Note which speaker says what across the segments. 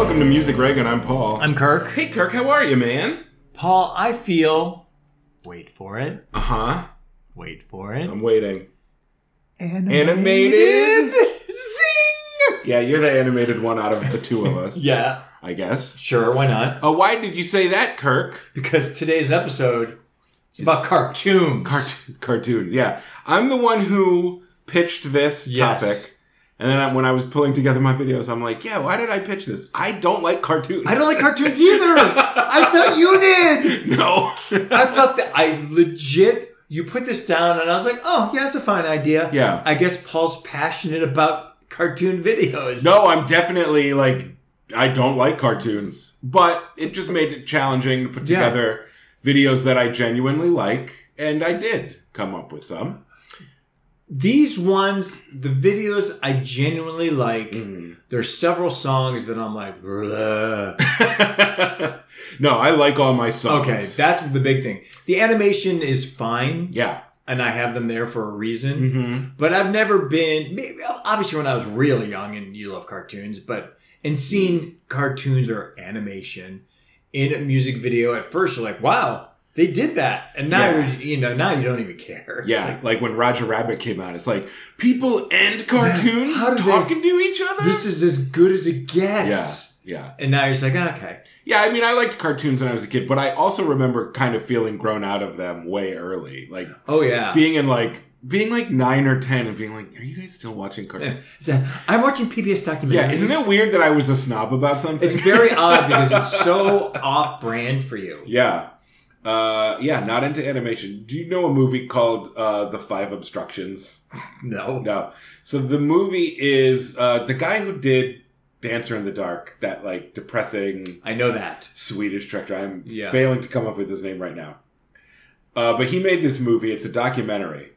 Speaker 1: Greg and I'm Paul.
Speaker 2: I'm Kirk.
Speaker 1: hey Kirk, how are you, man?
Speaker 2: Paul, I feel. Wait for it.
Speaker 1: Uh huh.
Speaker 2: Wait for it.
Speaker 1: I'm waiting.
Speaker 2: Animated.
Speaker 1: Animated.
Speaker 2: Zing!
Speaker 1: Yeah, you're the animated one out of the two of us.
Speaker 2: Yeah,
Speaker 1: I guess.
Speaker 2: sure, why not?
Speaker 1: Oh, why did you say that, Kirk?
Speaker 2: Because today's episode is about cartoons.
Speaker 1: Cart- cartoons. Yeah, I'm the one who pitched this
Speaker 2: Yes.
Speaker 1: topic. And then I, when I was pulling together my videos, I'm like, yeah, why did I pitch this? I don't like cartoons.
Speaker 2: I don't like cartoons either. I thought you did.
Speaker 1: No.
Speaker 2: I thought that I legit. You put this down, and I was like, "Oh, yeah, it's a fine idea."
Speaker 1: Yeah.
Speaker 2: I guess Paul's passionate about cartoon videos.
Speaker 1: No, I'm definitely like I don't like cartoons, but it just made it challenging to put
Speaker 2: Yeah.
Speaker 1: together videos that I genuinely like, and I did come up with some.
Speaker 2: these ones, the videos I genuinely like. There's several songs that I'm like, "Bleh."
Speaker 1: no, I like all my songs.
Speaker 2: okay, that's the big thing. The animation is fine,
Speaker 1: yeah.
Speaker 2: and I have them there for a reason.
Speaker 1: hmm
Speaker 2: But I've never been. Maybe, obviously, when I was really young, and you love cartoons, but and seeing cartoons or animation in a music video at first, you're like, "Wow, they did that," and now
Speaker 1: Yeah.
Speaker 2: you you know now you don't even care. It's
Speaker 1: Yeah,
Speaker 2: like,
Speaker 1: like, when Roger Rabbit came out, it's like people and
Speaker 2: How
Speaker 1: cartoons
Speaker 2: do they-
Speaker 1: talking to each other.
Speaker 2: this is as good as it
Speaker 1: yeah,
Speaker 2: gets.
Speaker 1: yeah,
Speaker 2: And now you're just like, okay,
Speaker 1: yeah. I mean, I liked cartoons when I was a kid, but I also remember kind of feeling grown out of them way early, like
Speaker 2: oh yeah.
Speaker 1: being in like being like nine or ten and being like, "Are you guys still watching cartoons?"
Speaker 2: It's a- I'm watching PBS documentaries.
Speaker 1: Yeah, isn't it weird that I was a snob about something?
Speaker 2: It's very odd because it's so off-brand for you.
Speaker 1: yeah. Uh, yeah, not into animation. Do you know a movie called uh, The Five Obstructions?
Speaker 2: No,
Speaker 1: No. So the movie is uh, the guy who did Dancer in the Dark, that like depressing
Speaker 2: I know that.
Speaker 1: Swedish director. I'm
Speaker 2: Yeah.
Speaker 1: failing to come up with his name right now. Uh, but he made this movie. It's a documentary.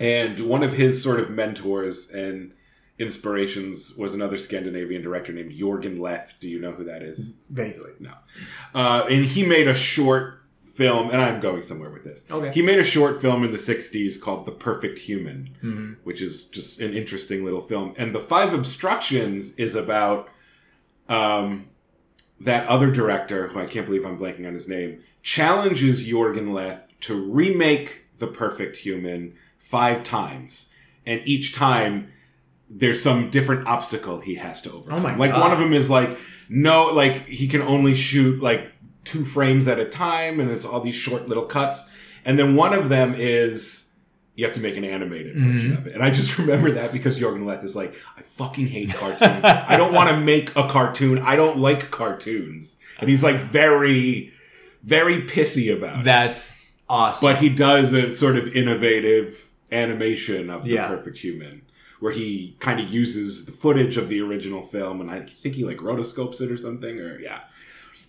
Speaker 1: And one of his sort of mentors and inspirations was another Scandinavian director named Jorgen Leth. Do you know who that is?
Speaker 2: Vaguely.
Speaker 1: Uh, and he made a short film, and I'm going somewhere with this.
Speaker 2: Okay.
Speaker 1: He made a short film in the 60s called The Perfect Human,
Speaker 2: Mhm.
Speaker 1: which is just an interesting little film. And The Five Obstructions is about um, that other director, who I can't believe I'm blanking on his name, challenges Jorgen Leth to remake The Perfect Human five times. And each time, there's some different obstacle he has to overcome.
Speaker 2: Oh my
Speaker 1: like
Speaker 2: God.
Speaker 1: one of them is like no, like he can only shoot like two frames at a time, and it's all these short little cuts. And then one of them is you have to make an animated version
Speaker 2: Mm-hmm.
Speaker 1: of it. And I just remember that because Jorgen Leth is like, I fucking hate cartoons. I don't want to make a cartoon. I don't like cartoons. And he's like very, very pissy about it.
Speaker 2: That's awesome.
Speaker 1: But he does a sort of innovative animation of
Speaker 2: Yeah.
Speaker 1: the perfect human. Where he kind of uses the footage of the original film, and I think he like rotoscopes it or something, or yeah,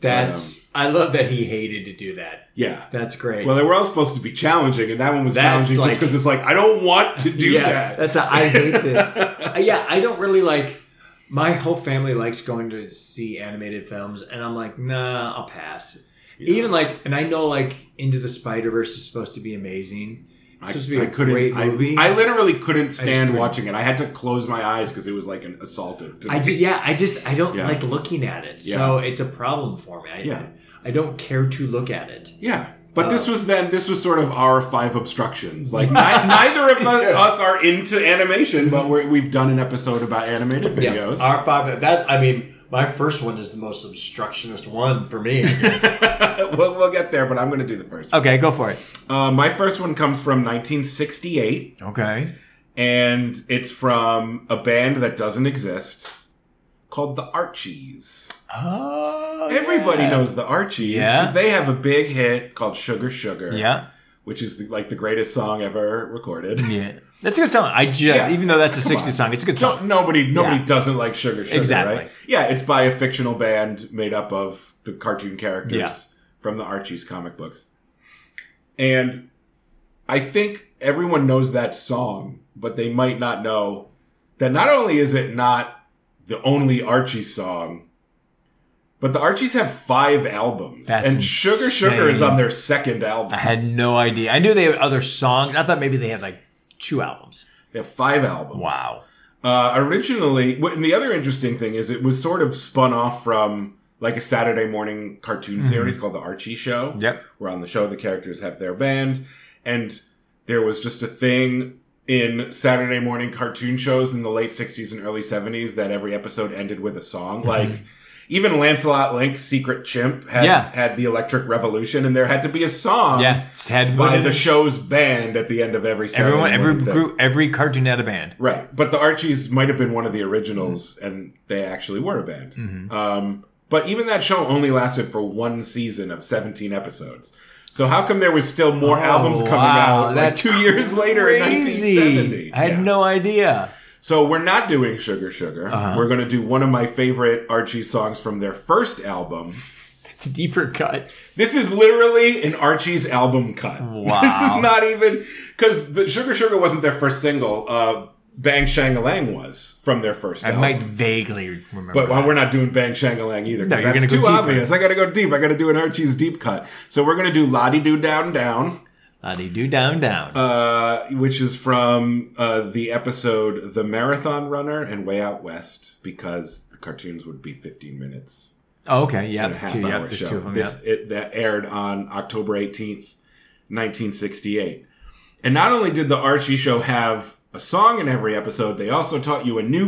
Speaker 2: That's. I love that he hated to do that.
Speaker 1: yeah.
Speaker 2: That's great.
Speaker 1: um, Well, they were all supposed to be challenging, and that one was
Speaker 2: That's
Speaker 1: challenging just
Speaker 2: like-
Speaker 1: because it's like I don't want to do
Speaker 2: yeah,
Speaker 1: that.
Speaker 2: That's. A, I hate this. Uh, yeah, I don't really like. My whole family likes going to see animated films, and I'm like, nah, I'll pass.
Speaker 1: Yeah.
Speaker 2: Even like, and I know like Into the Spider Verse is supposed to be amazing. It's supposed to be a
Speaker 1: couldn't-
Speaker 2: great
Speaker 1: I-
Speaker 2: movie.
Speaker 1: I, literally couldn't stand
Speaker 2: couldn't.
Speaker 1: watching it. I had to close my eyes because it was like an assaultive. To
Speaker 2: I
Speaker 1: me.
Speaker 2: just yeah, I just I don't
Speaker 1: Yeah.
Speaker 2: like looking at it. So it's a problem for me. I,
Speaker 1: Yeah.
Speaker 2: I don't care to look at it.
Speaker 1: yeah. But this
Speaker 2: Oh.
Speaker 1: was then. This was sort of our five obstructions. Like ni- neither of us- us are into animation, but we're, we've done an episode about animated videos.
Speaker 2: Yeah. R five that I mean, my first one is the most obstructionist one for me. I guess.
Speaker 1: we'll, we'll get there, but I'm going to do the first.
Speaker 2: okay, go for it.
Speaker 1: Uh, my first one comes from 1968.
Speaker 2: Okay.
Speaker 1: and it's from a band that doesn't exist called the Archies.
Speaker 2: Oh
Speaker 1: Everybody
Speaker 2: yeah.
Speaker 1: knows the Archies
Speaker 2: Yeah.
Speaker 1: because they have a big hit called "Sugar Sugar,"
Speaker 2: Yeah.
Speaker 1: which is the, like the greatest song ever recorded.
Speaker 2: Yeah. That's a good song. I just
Speaker 1: Yeah.
Speaker 2: even though that's a sixty
Speaker 1: on.
Speaker 2: song, it's a good
Speaker 1: So
Speaker 2: song.
Speaker 1: nobody, nobody
Speaker 2: Yeah.
Speaker 1: doesn't like Sugar Sugar,
Speaker 2: Exactly.
Speaker 1: right? Yeah, it's by a fictional band made up of the cartoon characters
Speaker 2: Yeah.
Speaker 1: from the Archie's comic books, and I think everyone knows that song, but they might not know that not only is it not the only Archie song, but the Archies have five albums,
Speaker 2: That's
Speaker 1: and Sugar Sugar is
Speaker 2: insane.
Speaker 1: on their second album.
Speaker 2: I had no idea. I knew they had other songs. I thought maybe they had like two albums.
Speaker 1: They have five albums.
Speaker 2: Wow.
Speaker 1: Uh, originally, wh- and the other interesting thing is it was sort of spun off from like a Saturday morning cartoon
Speaker 3: Mm-hmm.
Speaker 1: series called The Archie Show.
Speaker 3: Yep.
Speaker 1: Where on the show the characters have their band. And there was just a thing in Saturday morning cartoon shows in the late 60s and early 70s that every episode ended with a
Speaker 3: Mm-hmm.
Speaker 1: song. Like, even Lancelot Link's Secret Chimp had,
Speaker 3: Yeah.
Speaker 1: had the Electric Revolution, and there had to be a song
Speaker 3: yeah, it's had
Speaker 1: by
Speaker 3: one.
Speaker 1: the show's band at the end of every Saturday
Speaker 3: everyone, every
Speaker 1: morning thing.
Speaker 3: group, every cartoon had a band.
Speaker 1: Right, but the Archies might have been one of the originals,
Speaker 3: Mm-hmm.
Speaker 1: and they actually were a band. Um, but even that show only lasted for one season of 17 episodes. So how come there was still more
Speaker 3: Oh,
Speaker 1: albums coming
Speaker 3: wow,
Speaker 1: out like
Speaker 3: that's
Speaker 1: two years later in 1970?
Speaker 3: Crazy! I had
Speaker 1: Yeah.
Speaker 3: no idea.
Speaker 1: so we're not doing Sugar Sugar.
Speaker 3: Uh-huh.
Speaker 1: We're going to do one of my favorite Archie songs from their first album.
Speaker 3: It's a deeper cut.
Speaker 1: This is literally an Archie's album cut.
Speaker 3: Wow.
Speaker 1: This is not even because the Sugar Sugar wasn't their first single. Uh, Bang Shangalang was from their first
Speaker 3: I
Speaker 1: album.
Speaker 3: might vaguely remember.
Speaker 1: But well,
Speaker 3: that.
Speaker 1: we're not doing Bang Shangalang either.
Speaker 3: No,
Speaker 1: because
Speaker 3: you're
Speaker 1: that's
Speaker 3: gonna
Speaker 1: too
Speaker 3: go deeper.
Speaker 1: obvious. I gotta go deep. I gotta do an Archie's deep cut. So we're gonna do La Di Do Down Down,
Speaker 3: Ah, they do down down.
Speaker 1: uh, which is from uh, the episode The Marathon Runner and Way Out West, because the cartoons would be 15 minutes
Speaker 3: oh, okay, yeah,
Speaker 1: and a half
Speaker 3: two, yeah,
Speaker 1: hour
Speaker 3: there's
Speaker 1: show.
Speaker 3: two of them.
Speaker 1: this it, that aired on October 18th, 1968. And not only did the Archie show have a song in every episode, they also taught you a new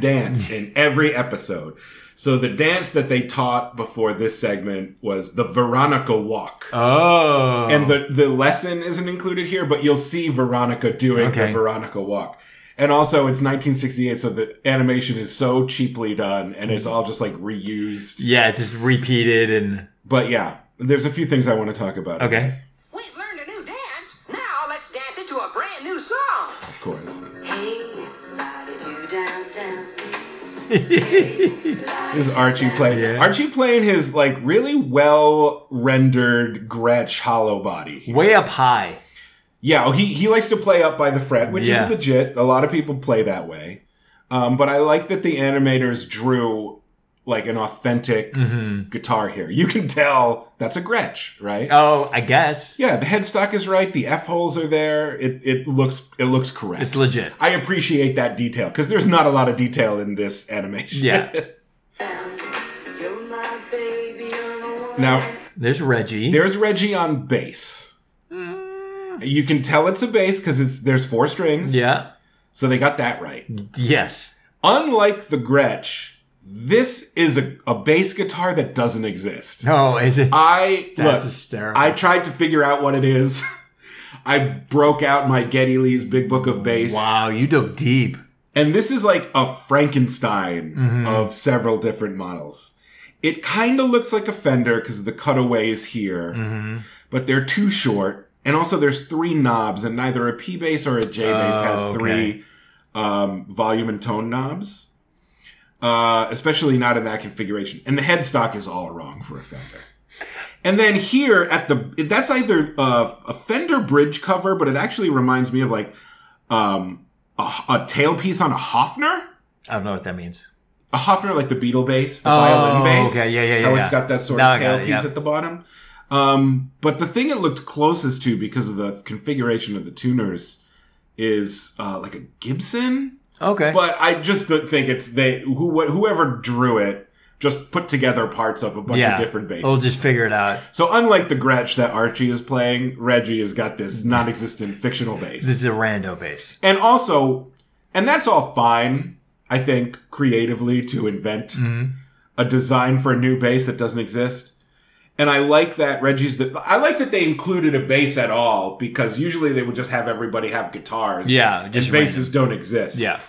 Speaker 1: dance in every episode. So the dance that they taught before this segment was the Veronica walk.
Speaker 3: yeah. Oh,
Speaker 1: And the, the lesson isn't included here, but you'll see Veronica doing the
Speaker 3: Okay.
Speaker 1: Veronica walk. And also, it's 1968, so the animation is so cheaply done,
Speaker 3: Mm-hmm.
Speaker 1: and it's all just like reused.
Speaker 3: yeah, it's just repeated and
Speaker 1: But yeah, there's a few things I want to talk about.
Speaker 3: okay.
Speaker 4: We've learned a new dance. Now let's dance it to a brand new song.
Speaker 1: Of course.
Speaker 5: Hey, la di do down down.
Speaker 1: This is Archie playing.
Speaker 3: Yeah.
Speaker 1: Archie playing his like really well rendered Gretsch hollow body.
Speaker 3: Way up high.
Speaker 1: Yeah, oh, he he likes to play up by the fret, which
Speaker 3: Yeah.
Speaker 1: is legit. A lot of people play that way. Um, but I like that the animators drew like an authentic
Speaker 3: Mm-hmm.
Speaker 1: guitar here. You can tell that's a Gretsch, right?
Speaker 3: Oh, I guess
Speaker 1: Yeah, the headstock is right. The f holes are there. It it looks it looks correct.
Speaker 3: it's legit.
Speaker 1: I appreciate that detail because there's not a lot of detail in this animation.
Speaker 3: Yeah,
Speaker 5: You're my baby, you're the one.
Speaker 1: Now,
Speaker 3: there's Reggie.
Speaker 1: there's Reggie on bass. You can tell it's a bass because it's there's four strings.
Speaker 3: yeah.
Speaker 1: So they got that right.
Speaker 3: Yes.
Speaker 1: Unlike the Gretsch, this is a, a bass guitar that doesn't exist.
Speaker 3: No, is it?
Speaker 1: I
Speaker 3: That's
Speaker 1: look,
Speaker 3: hysterical.
Speaker 1: I tried to figure out what it is. I broke out my Getty Lee's Big Book of Bass.
Speaker 3: wow, you dove deep.
Speaker 1: And this is like a Frankenstein of several different models. It kind of looks like a Fender because of the cutaways here, but they're too short. And also, there's three knobs, and neither a P bass or a J bass
Speaker 3: Oh,
Speaker 1: has three um, volume and tone knobs. Uh, especially not in that configuration. And the headstock is all wrong for a Fender. And then here at the, that's either uh, a Fender bridge cover, but it actually reminds me of like um, a, a tailpiece on a Hofner.
Speaker 3: I don't know what that means.
Speaker 1: A Hofner, like the Beatle bass, the
Speaker 3: Oh,
Speaker 1: violin bass.
Speaker 3: okay, yeah, yeah, yeah,
Speaker 1: How it's
Speaker 3: yeah.
Speaker 1: got that sort
Speaker 3: Now
Speaker 1: of
Speaker 3: I got
Speaker 1: tailpiece
Speaker 3: it, yeah.
Speaker 1: at the bottom. Um, but the thing it looked closest to because of the configuration of the tuners is uh, like a Gibson.
Speaker 3: Okay.
Speaker 1: But I just th- think it's they who wh- whoever drew it just put together parts of a bunch
Speaker 3: yeah,
Speaker 1: of different basses.
Speaker 3: We'll just figure it out.
Speaker 1: so unlike the Gretsch that Archie is playing, Reggie has got this non-existent fictional bass.
Speaker 3: This is a rando base.
Speaker 1: And also, and that's all fine, I think, creatively to invent
Speaker 3: Mm-hmm.
Speaker 1: a design for a new base that doesn't exist. And I like that Reggie's the, I like that they included a bass at all because usually they would just have everybody have guitars.
Speaker 3: Yeah, just
Speaker 1: and basses don't exist.
Speaker 3: Yeah.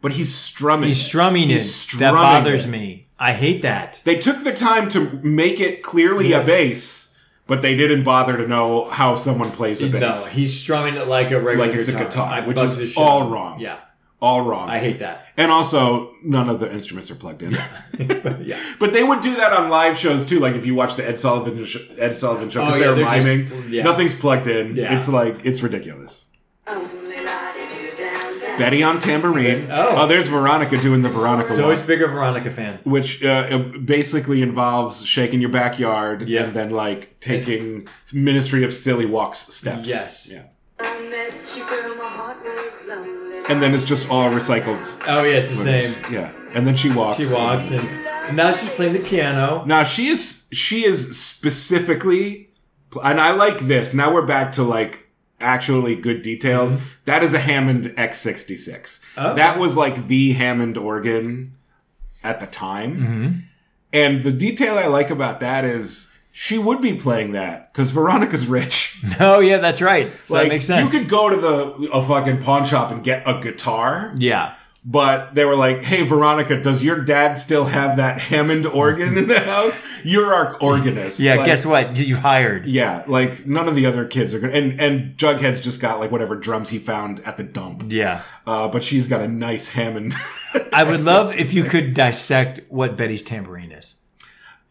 Speaker 1: But he's strumming.
Speaker 3: He's
Speaker 1: it.
Speaker 3: strumming
Speaker 1: He's
Speaker 3: it. that
Speaker 1: strumming
Speaker 3: bothers
Speaker 1: it.
Speaker 3: me. I hate that.
Speaker 1: They took the time to make it clearly
Speaker 3: Yes.
Speaker 1: a bass, but they didn't bother to know how someone plays a bass.
Speaker 2: No, he's strumming it like a regular
Speaker 1: Like it's a
Speaker 2: guitar,
Speaker 1: guitar,
Speaker 2: I
Speaker 1: which
Speaker 2: bug
Speaker 1: is
Speaker 2: the shit
Speaker 1: all
Speaker 2: out of it.
Speaker 1: wrong.
Speaker 2: Yeah,
Speaker 1: all wrong.
Speaker 2: I hate that.
Speaker 1: And also, none of the instruments are plugged in.
Speaker 2: yeah.
Speaker 1: But they would do that on live shows too. Like if you watch the Ed Sullivan sh- Ed Sullivan show, 'cause
Speaker 2: Oh, yeah,
Speaker 1: they're,
Speaker 2: they're just-
Speaker 1: miming.
Speaker 2: yeah.
Speaker 1: Nothing's plugged in.
Speaker 2: Yeah.
Speaker 1: It's like it's ridiculous.
Speaker 5: Only la di do down down.
Speaker 1: Betty on tambourine.
Speaker 2: Oh.
Speaker 1: there's Veronica doing the Veronica
Speaker 2: So
Speaker 1: walk,
Speaker 2: it's bigger Veronica fan.
Speaker 1: which uh, basically involves shaking your backyard
Speaker 2: Yeah.
Speaker 1: and then like taking Ministry of Silly walks steps.
Speaker 2: Yes.
Speaker 1: Yeah.
Speaker 5: I met you, girl, my heart was lonely.
Speaker 1: and then it's just all recycled.
Speaker 2: Oh yeah, it's the
Speaker 1: footage.
Speaker 2: same.
Speaker 1: Yeah, and then she walks.
Speaker 2: She walks and, and now she's playing the piano.
Speaker 1: Now she is she is specifically, and I like this. Now we're back to like actually good details.
Speaker 3: Mm-hmm.
Speaker 1: That is a Hammond X66.
Speaker 2: Oh.
Speaker 1: That was like the Hammond organ at the time.
Speaker 3: Mm-hmm.
Speaker 1: And the detail I like about that is she would be playing that because Veronica's rich.
Speaker 3: Oh yeah, that's right. So that makes sense.
Speaker 1: You could go to the a fucking pawn shop and get a guitar,
Speaker 3: yeah.
Speaker 1: but they were like, "Hey, Veronica, does your dad still have that Hammond organ in the house? You're our organist."
Speaker 3: Yeah,
Speaker 1: Like,
Speaker 3: guess what? You hired.
Speaker 1: Yeah, like none of the other kids are gonna. And and Jughead's just got like whatever drums he found at the dump.
Speaker 3: Yeah.
Speaker 1: Uh, but she's got a nice Hammond.
Speaker 3: I would love if you could dissect what Betty's tambourine is.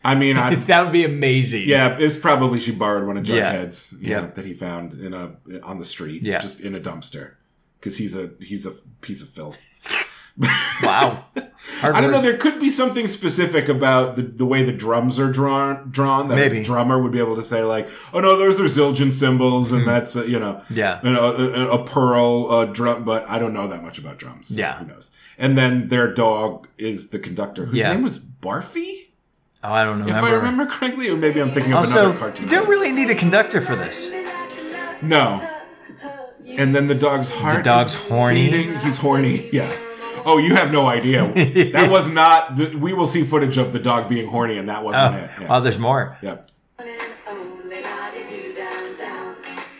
Speaker 1: I mean, I
Speaker 3: That would be amazing.
Speaker 1: yeah, it's probably she borrowed one of
Speaker 3: Yeah.
Speaker 1: Jughead's. you know,
Speaker 3: Yeah.
Speaker 1: that he found in a on the street.
Speaker 3: Yeah.
Speaker 1: just in a dumpster because he's a he's a piece of filth.
Speaker 3: Wow. Hard
Speaker 1: I don't
Speaker 3: work.
Speaker 1: know. There could be something specific about the, the way the drums are drawn. Drawn that a
Speaker 3: Maybe.
Speaker 1: drummer would be able to say like, "Oh no, those are Zildjian symbols,
Speaker 3: Hmm.
Speaker 1: and that's uh, you know,
Speaker 3: Yeah.
Speaker 1: you know, a, a- a pearl uh, drum." But I don't know that much about drums. so
Speaker 3: Yeah.
Speaker 1: who knows? And then their dog is the conductor, whose
Speaker 3: Yeah.
Speaker 1: name was Barfy,
Speaker 3: Oh, I don't know.
Speaker 1: if I remember correctly, or maybe I'm thinking of
Speaker 3: Also,
Speaker 1: another cartoon.
Speaker 3: you don't really need a conductor for this.
Speaker 1: no. And then the dog's heart.
Speaker 3: dog's
Speaker 1: is
Speaker 3: horny.
Speaker 1: beating. He's horny. Yeah. Oh, you have no idea. that was not. The, we will see footage of the dog being horny, and that wasn't
Speaker 3: Oh,
Speaker 1: it. Yeah.
Speaker 3: oh, there's more.
Speaker 1: Yeah.
Speaker 5: Downtown.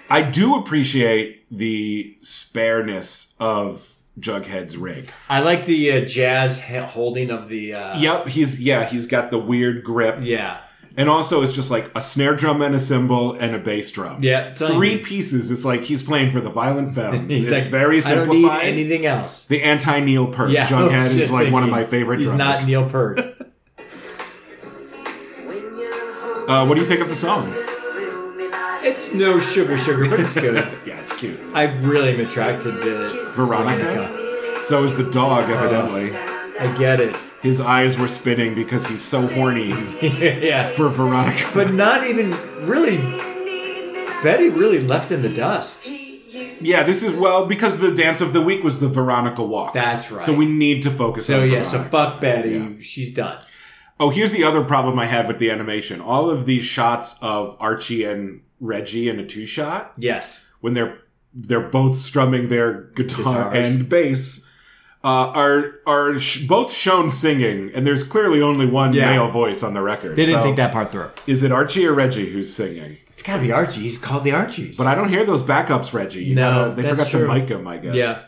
Speaker 1: I do appreciate the spareness of Jughead's rig.
Speaker 2: I like the uh, jazz he- holding of the. Uh,
Speaker 1: Yep, he's yeah, he's got the weird grip,
Speaker 2: Yeah.
Speaker 1: and also it's just like a snare drum and a cymbol and a bass drum.
Speaker 2: Yeah, telling
Speaker 1: three
Speaker 2: you.
Speaker 1: pieces. It's like he's playing for the Violent Femmes.
Speaker 2: He's
Speaker 1: it's
Speaker 2: like,
Speaker 1: very simplified.
Speaker 2: I don't need anything else.
Speaker 1: the anti Neil Peart.
Speaker 2: Yeah, I was
Speaker 1: Jughead is
Speaker 2: just
Speaker 1: like one of
Speaker 2: thinking,
Speaker 1: my favorite
Speaker 2: He's
Speaker 1: drummers.
Speaker 2: not Neil Peart.
Speaker 1: uh, what do you think of the song?
Speaker 2: it's no sugar, sugar, but it's good.
Speaker 1: Yeah, it's cute.
Speaker 2: I really am attracted to
Speaker 1: Veronica. So is the dog,
Speaker 2: Uh.
Speaker 1: evidently.
Speaker 2: I get it.
Speaker 1: His eyes were spitting because he's so horny
Speaker 2: yeah.
Speaker 1: for Veronica.
Speaker 2: But not even really. Betty really left in the dust.
Speaker 1: Yeah, this is well because the dance of the week was the Veronica walk.
Speaker 2: That's right.
Speaker 1: So we need to focus.
Speaker 2: So
Speaker 1: on
Speaker 2: yeah, so
Speaker 1: Veronica.
Speaker 2: fuck Betty.
Speaker 1: Yeah.
Speaker 2: She's done.
Speaker 1: Oh, here's the other problem I have with the animation. All of these shots of Archie and Reggie in a two shot
Speaker 2: Yes.
Speaker 1: when they're they're both strumming their guitar
Speaker 2: Guitars.
Speaker 1: and bass uh, are are sh- both shown singing, and there's clearly only one
Speaker 2: Yeah.
Speaker 1: male voice on the record.
Speaker 3: They didn't
Speaker 1: So
Speaker 3: think that part through.
Speaker 1: Is it Archie or Reggie who's singing?
Speaker 2: It's gotta be Archie. He's called the Archies.
Speaker 1: But I don't hear those backups, Reggie. You
Speaker 2: No,
Speaker 1: gotta- they
Speaker 2: that's
Speaker 1: forgot to
Speaker 2: true.
Speaker 1: mic him, I guess.
Speaker 2: yeah.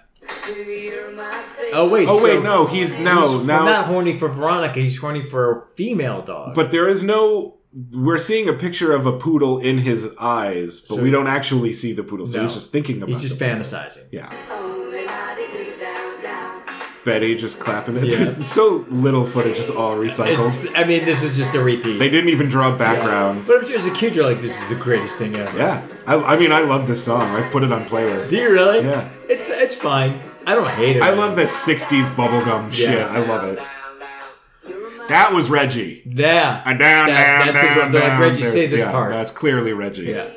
Speaker 2: Oh wait.
Speaker 1: Oh
Speaker 2: so
Speaker 1: wait, no, he's no
Speaker 2: he's
Speaker 1: now.
Speaker 2: not horny for Veronica. He's horny for a female dog.
Speaker 1: But there is no. We're seeing a picture of a poodle in his eyes, but
Speaker 2: So-
Speaker 1: we don't actually see the poodle. So
Speaker 2: No.
Speaker 1: he's just thinking about.
Speaker 2: he's just
Speaker 1: the poodle.
Speaker 2: fantasizing.
Speaker 1: Yeah, Betty just clapping. It.
Speaker 2: Yeah.
Speaker 1: There's so little footage; it's all recycled.
Speaker 2: It's. I mean, this is just a repeat.
Speaker 1: they didn't even draw backgrounds.
Speaker 2: but I'm sure as a kid, you're like, this is the greatest thing ever.
Speaker 1: Yeah, I, I mean, I love this song. I've put it on playlists.
Speaker 2: Do you really?
Speaker 1: Yeah,
Speaker 2: It's it's fine. I don't hate it.
Speaker 1: I love this '60s bubblegum
Speaker 2: Yeah.
Speaker 1: shit. I love it. That was Reggie.
Speaker 2: Yeah.
Speaker 1: A Uh, down,
Speaker 2: That-
Speaker 1: down,
Speaker 2: that's
Speaker 1: down,
Speaker 2: what they're like,
Speaker 1: down.
Speaker 2: Reggie, say
Speaker 1: There's-
Speaker 2: this
Speaker 1: yeah,
Speaker 2: part.
Speaker 1: That's clearly Reggie.
Speaker 2: Yeah.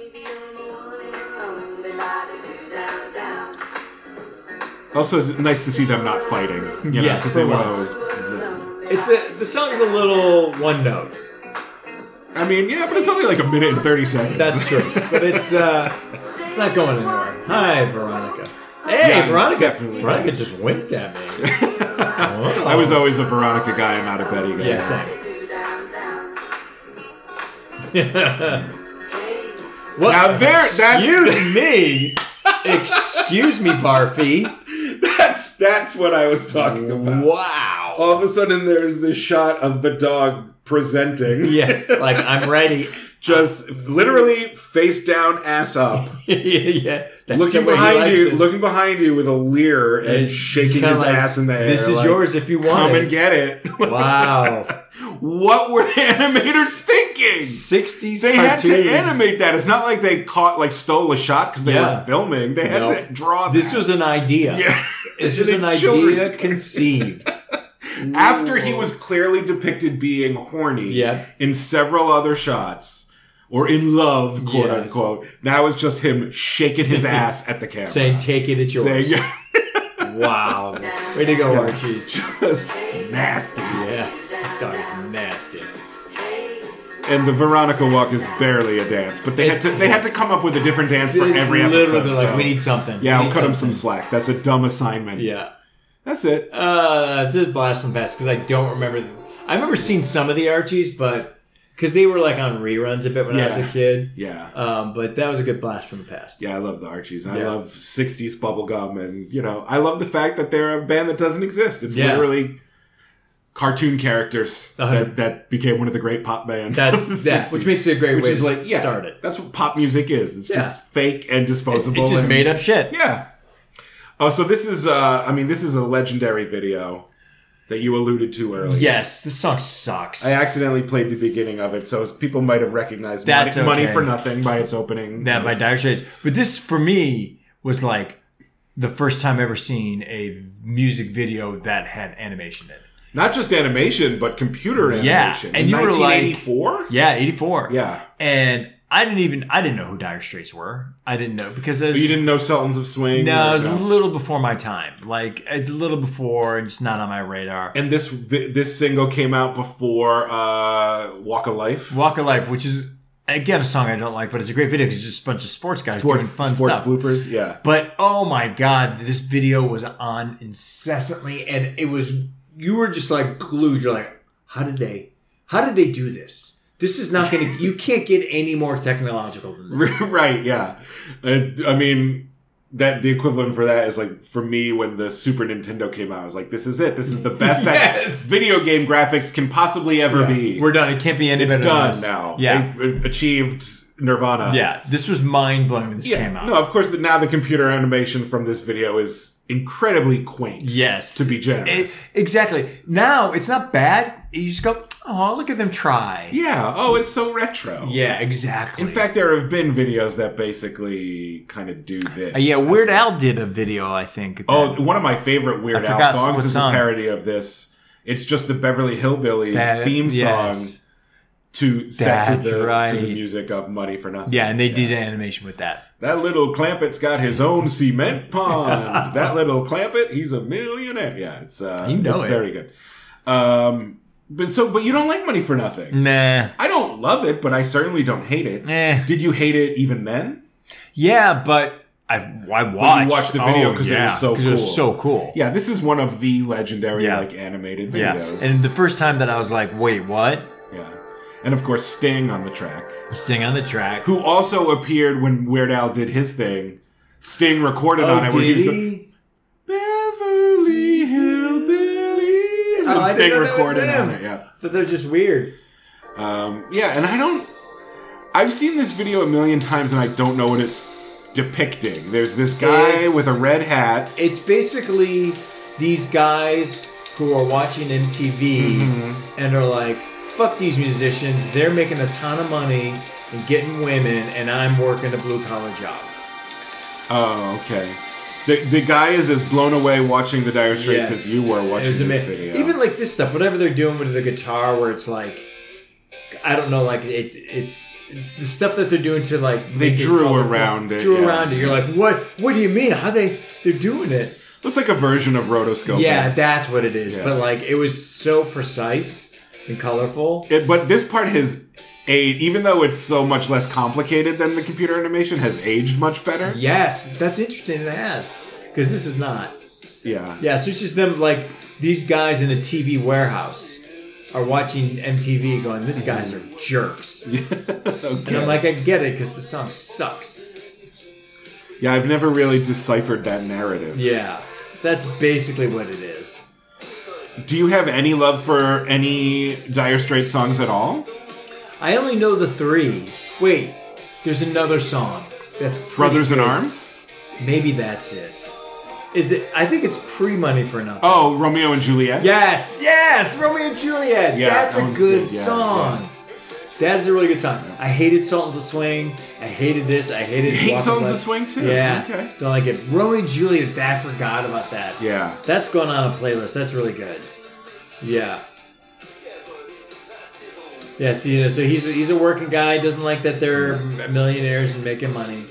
Speaker 1: Also, it's nice to see them not fighting. You know,
Speaker 2: Yes,
Speaker 1: because
Speaker 2: for
Speaker 1: they were
Speaker 2: once.
Speaker 1: always.
Speaker 2: It's a the song's a little one note.
Speaker 1: I mean, yeah, but it's only like a minute and thirty seconds.
Speaker 2: That's true. but it's uh it's not going anywhere. Hi, Veronica. Hey,
Speaker 1: Yeah, it's
Speaker 2: Veronica.
Speaker 1: definitely-
Speaker 2: Veronica just winked at me. Oh.
Speaker 1: I was always a Veronica guy and not a Betty guy.
Speaker 2: yeah, same. What?
Speaker 1: Now there- that's-
Speaker 2: excuse me, excuse me, Barfy.
Speaker 1: That's Oh, that's what I was talking about.
Speaker 2: Wow.
Speaker 1: All of a sudden, there's this shot of the dog presenting,
Speaker 2: Yeah, like I'm ready.
Speaker 1: just literally face down, ass up,
Speaker 2: yeah, that's
Speaker 1: looking
Speaker 2: the way he
Speaker 1: behind
Speaker 2: likes
Speaker 1: you,
Speaker 2: it.
Speaker 1: looking behind you with a leer and
Speaker 2: It's
Speaker 1: shaking
Speaker 2: kinda
Speaker 1: his
Speaker 2: like,
Speaker 1: ass in the air.
Speaker 2: This is
Speaker 1: like,
Speaker 2: yours if you want.
Speaker 1: Come
Speaker 2: it.
Speaker 1: and get it.
Speaker 2: Wow.
Speaker 1: what were the animators thinking?
Speaker 2: 60s
Speaker 1: They had to
Speaker 2: cartoons.
Speaker 1: animate that. It's not like they caught like stole a shot because they
Speaker 2: Yeah.
Speaker 1: were filming. They had
Speaker 2: No.
Speaker 1: to draw.
Speaker 2: This
Speaker 1: that.
Speaker 2: was an idea.
Speaker 1: yeah.
Speaker 2: This was
Speaker 1: In
Speaker 2: an
Speaker 1: a children's
Speaker 2: idea conceived.
Speaker 1: after he was clearly depicted being horny
Speaker 2: Yeah.
Speaker 1: in several other shots or in love, quote
Speaker 2: Yes.
Speaker 1: unquote. Now it's just him shaking his ass at the camera,
Speaker 2: saying, take it, it's yours.
Speaker 1: Saying,
Speaker 2: Wow. Way to go, Archie's.
Speaker 1: Just nasty.
Speaker 2: Yeah. That dog is nasty.
Speaker 1: And the Veronica Walk is barely a dance, but they had
Speaker 2: It's-
Speaker 1: to they had to come up with a different dance for
Speaker 2: It's
Speaker 1: every
Speaker 2: literally,
Speaker 1: episode.
Speaker 2: they're like,
Speaker 1: so-
Speaker 2: we need something.
Speaker 1: yeah,
Speaker 2: We
Speaker 1: I'll
Speaker 2: need
Speaker 1: cut him some
Speaker 2: something."
Speaker 1: slack. That's a dumb assignment.
Speaker 2: Yeah.
Speaker 1: that's it.
Speaker 2: Uh, that's a blast from the past because I don't remember. Them. I remember seeing some of the Archies, but because they were like on reruns a bit when I was
Speaker 1: Yeah.
Speaker 2: a kid.
Speaker 1: Yeah,
Speaker 2: Um, but that was a good blast from the past.
Speaker 1: yeah. I love the Archies. I
Speaker 2: Yeah.
Speaker 1: love '60s bubblegum, and you know, I love the fact that they're a band that doesn't exist. It's
Speaker 2: Yeah.
Speaker 1: literally cartoon characters
Speaker 2: A
Speaker 1: that,
Speaker 2: hundred-
Speaker 1: that became one of the great pop bands. of
Speaker 2: That's
Speaker 1: the
Speaker 2: that, which
Speaker 1: 60s.
Speaker 2: makes it a great
Speaker 1: which
Speaker 2: way
Speaker 1: is
Speaker 2: to
Speaker 1: like yeah,
Speaker 2: start it.
Speaker 1: That's what pop music is. It's
Speaker 2: Yeah.
Speaker 1: just fake and disposable.
Speaker 2: It's just
Speaker 1: and-
Speaker 2: made up shit.
Speaker 1: Yeah. Oh, so this is uh I mean this is a legendary video that you alluded to earlier.
Speaker 2: Yes, this song sucks.
Speaker 1: I accidentally played the beginning of it, so people might have recognized
Speaker 3: That's
Speaker 1: Money, Money
Speaker 3: okay.
Speaker 1: for Nothing by its opening.
Speaker 3: that by
Speaker 1: notes.
Speaker 3: Dire Straits. But this for me was like the first time ever seeing a music video that had animation in it.
Speaker 1: Not just animation, but computer
Speaker 3: Yeah,
Speaker 1: animation.
Speaker 3: and
Speaker 1: In
Speaker 3: you were like-
Speaker 1: 1984?
Speaker 3: Yeah, eighty four.
Speaker 1: Yeah.
Speaker 3: and I didn't even I didn't know who Dire Straits were. I didn't know because I
Speaker 1: But
Speaker 3: was,
Speaker 1: you didn't know Sultans of Swing?
Speaker 3: No,
Speaker 1: or-
Speaker 3: it was a little before my time. Like it's a little before, and it's not on my radar.
Speaker 1: And this vi- this single came out before uh, Walk of Life.
Speaker 3: Walk of Life, which is again a song I don't like, but it's a great video because it's just a bunch of sports guys
Speaker 1: sports
Speaker 3: doing fun
Speaker 1: sports
Speaker 3: stuff.
Speaker 1: bloopers, yeah.
Speaker 3: But oh my god, this video was on incessantly, and
Speaker 2: and it was you were just like glued. You're like, how did they? How did they do this? This is not going to. You can't get any more technological than this.
Speaker 1: right, yeah. Uh, I mean, that the equivalent for that is like for me when the Super Nintendo came out, I was like, "This is it. This is the best
Speaker 2: Yes.
Speaker 1: that video game graphics can possibly ever be.
Speaker 3: we're done. It can't be any
Speaker 1: it's
Speaker 3: better than
Speaker 1: done
Speaker 3: this.
Speaker 1: now.
Speaker 3: Yeah,
Speaker 1: They've uh, achieved Nirvana.
Speaker 3: yeah. This was mind blowing when this
Speaker 1: yeah.
Speaker 3: came out.
Speaker 1: No, of course. The, now the computer animation from this video is incredibly quaint.
Speaker 3: Yes.
Speaker 1: to be generous.
Speaker 3: It's exactly now. It's not bad. You just go, oh, look at them try.
Speaker 1: yeah. Oh, it's so retro.
Speaker 3: Yeah, exactly.
Speaker 1: In fact, there have been videos that basically kind of do this.
Speaker 3: Uh, yeah, Weird
Speaker 1: I
Speaker 3: Al did a video, I think.
Speaker 1: Oh, one of my favorite Weird
Speaker 3: I
Speaker 1: Al
Speaker 3: forgot
Speaker 1: songs
Speaker 3: what
Speaker 1: is
Speaker 3: song.
Speaker 1: a parody of this. It's just the Beverly Hillbillies
Speaker 3: that-
Speaker 1: theme
Speaker 3: yes.
Speaker 1: song to set to
Speaker 3: That's
Speaker 1: the, to
Speaker 3: right.
Speaker 1: the music of Money for Nothing.
Speaker 3: Yeah, and they did an animation with that.
Speaker 1: That little Clampett's got his own cement pond. that little Clampett, he's a millionaire. Yeah, it's uh,
Speaker 3: You know
Speaker 1: it's
Speaker 3: it.
Speaker 1: very good. Um, but so, but you don't like Money for Nothing.
Speaker 3: Nah.
Speaker 1: I don't love it, but I certainly don't hate it.
Speaker 3: Mm. Eh.
Speaker 1: Did you hate it even then?
Speaker 3: Yeah, but I I watched.
Speaker 1: watched the video
Speaker 3: Oh,
Speaker 1: 'cause it
Speaker 3: yeah,
Speaker 1: was so
Speaker 3: 'cause It
Speaker 1: cool.
Speaker 3: was so cool.
Speaker 1: Yeah, this is one of the legendary
Speaker 3: Yeah.
Speaker 1: like animated
Speaker 3: Yeah.
Speaker 1: videos.
Speaker 3: And the first time that I was like, wait, what?
Speaker 1: Yeah. And of course, Sting on the track,
Speaker 3: Sing on the track.
Speaker 1: who also appeared when Weird Al did his thing. Sting recorded on it. where
Speaker 2: did
Speaker 1: was the-
Speaker 2: he?
Speaker 1: Beverly Hillbillies.
Speaker 2: Oh,
Speaker 1: and
Speaker 2: I
Speaker 1: Sting
Speaker 2: didn't know that was
Speaker 1: recorded on
Speaker 2: him.
Speaker 1: it, yeah.
Speaker 2: But they're just weird.
Speaker 1: Um, yeah, and I don't. I've seen this video a million times and I don't know what it's depicting. There's this guy
Speaker 2: It's-
Speaker 1: with a red hat.
Speaker 2: It's basically these guys who are watching MTV
Speaker 1: Mm-hmm.
Speaker 2: and are like, "Fuck these musicians! They're making a ton of money and getting women, and I'm working a blue collar job."
Speaker 1: Oh, okay. The, the guy is as blown away watching the Dire Straits
Speaker 2: Yes.
Speaker 1: as you were watching
Speaker 2: It was
Speaker 1: this
Speaker 2: ama-
Speaker 1: video.
Speaker 2: Even like this stuff, whatever they're doing with the guitar, where it's like, I don't know, like it, it's the stuff that they're doing to like
Speaker 1: They
Speaker 2: make
Speaker 1: drew
Speaker 2: colorful-
Speaker 1: around it,
Speaker 2: drew
Speaker 1: yeah.
Speaker 2: around it. You're like, what? What do you mean? How they they're doing it?
Speaker 1: Looks like a version of Rotoscope.
Speaker 2: Yeah, that's what it is.
Speaker 1: Yeah.
Speaker 2: But like, it was so precise and colorful.
Speaker 1: It, but this part has aged, even though it's so much less complicated than the computer animation, has aged much better.
Speaker 2: Yes, that's interesting. It has because this is not.
Speaker 1: Yeah.
Speaker 2: Yeah, so it's just them like these guys in a TV warehouse are watching MTV, going, "These guys are
Speaker 1: Mm-hmm.
Speaker 2: jerks." And I'm like, I get it because the song sucks.
Speaker 1: Yeah, I've never really deciphered that narrative.
Speaker 2: Yeah, that's basically what it is.
Speaker 1: Do you have any love for any Dire Straits songs at all?
Speaker 2: I only know the three. Wait, there's another song that's pretty
Speaker 1: Brothers in
Speaker 2: good.
Speaker 1: Arms?
Speaker 2: Maybe that's it. Is it? I think it's pre Money for Nothing.
Speaker 1: Oh, Romeo and Juliet?
Speaker 2: yes, yes, Romeo and Juliet.
Speaker 1: Yeah,
Speaker 2: that's
Speaker 1: that
Speaker 2: a
Speaker 1: one's
Speaker 2: good
Speaker 1: good, yeah,
Speaker 2: song. That is a really good song. I hated Sultans of Swing. I hated this. I hated.
Speaker 1: You hate
Speaker 2: Walk of
Speaker 1: Sultans of Swing
Speaker 2: Life.
Speaker 1: too?
Speaker 2: Yeah,
Speaker 1: Okay.
Speaker 2: don't like it. Romeo and Juliet. That I forgot about that.
Speaker 1: Yeah.
Speaker 2: That's going on a playlist. That's really good. Yeah. Yeah, see, so he's a, he's a working guy. Doesn't like that they're millionaires and making money.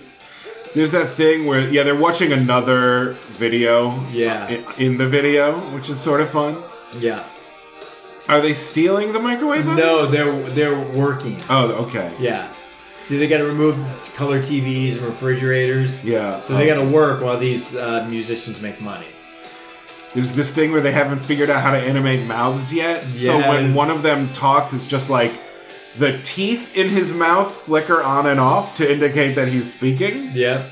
Speaker 1: There's that thing where yeah, they're watching another video.
Speaker 2: Yeah.
Speaker 1: In, in the video, which is sort of fun.
Speaker 2: Yeah.
Speaker 1: Are they stealing the microwave?
Speaker 2: No,
Speaker 1: ovens?
Speaker 2: they're they're working.
Speaker 1: Oh, okay.
Speaker 2: Yeah. See, they got to remove color TVs and refrigerators.
Speaker 1: Yeah.
Speaker 2: So they
Speaker 1: Um,
Speaker 2: got to work while these uh, musicians make money.
Speaker 1: There's this thing where they haven't figured out how to animate mouths yet. So when
Speaker 2: Yes.
Speaker 1: one of them talks, it's just like the teeth in his mouth flicker on and off to indicate that he's speaking.
Speaker 2: Yeah.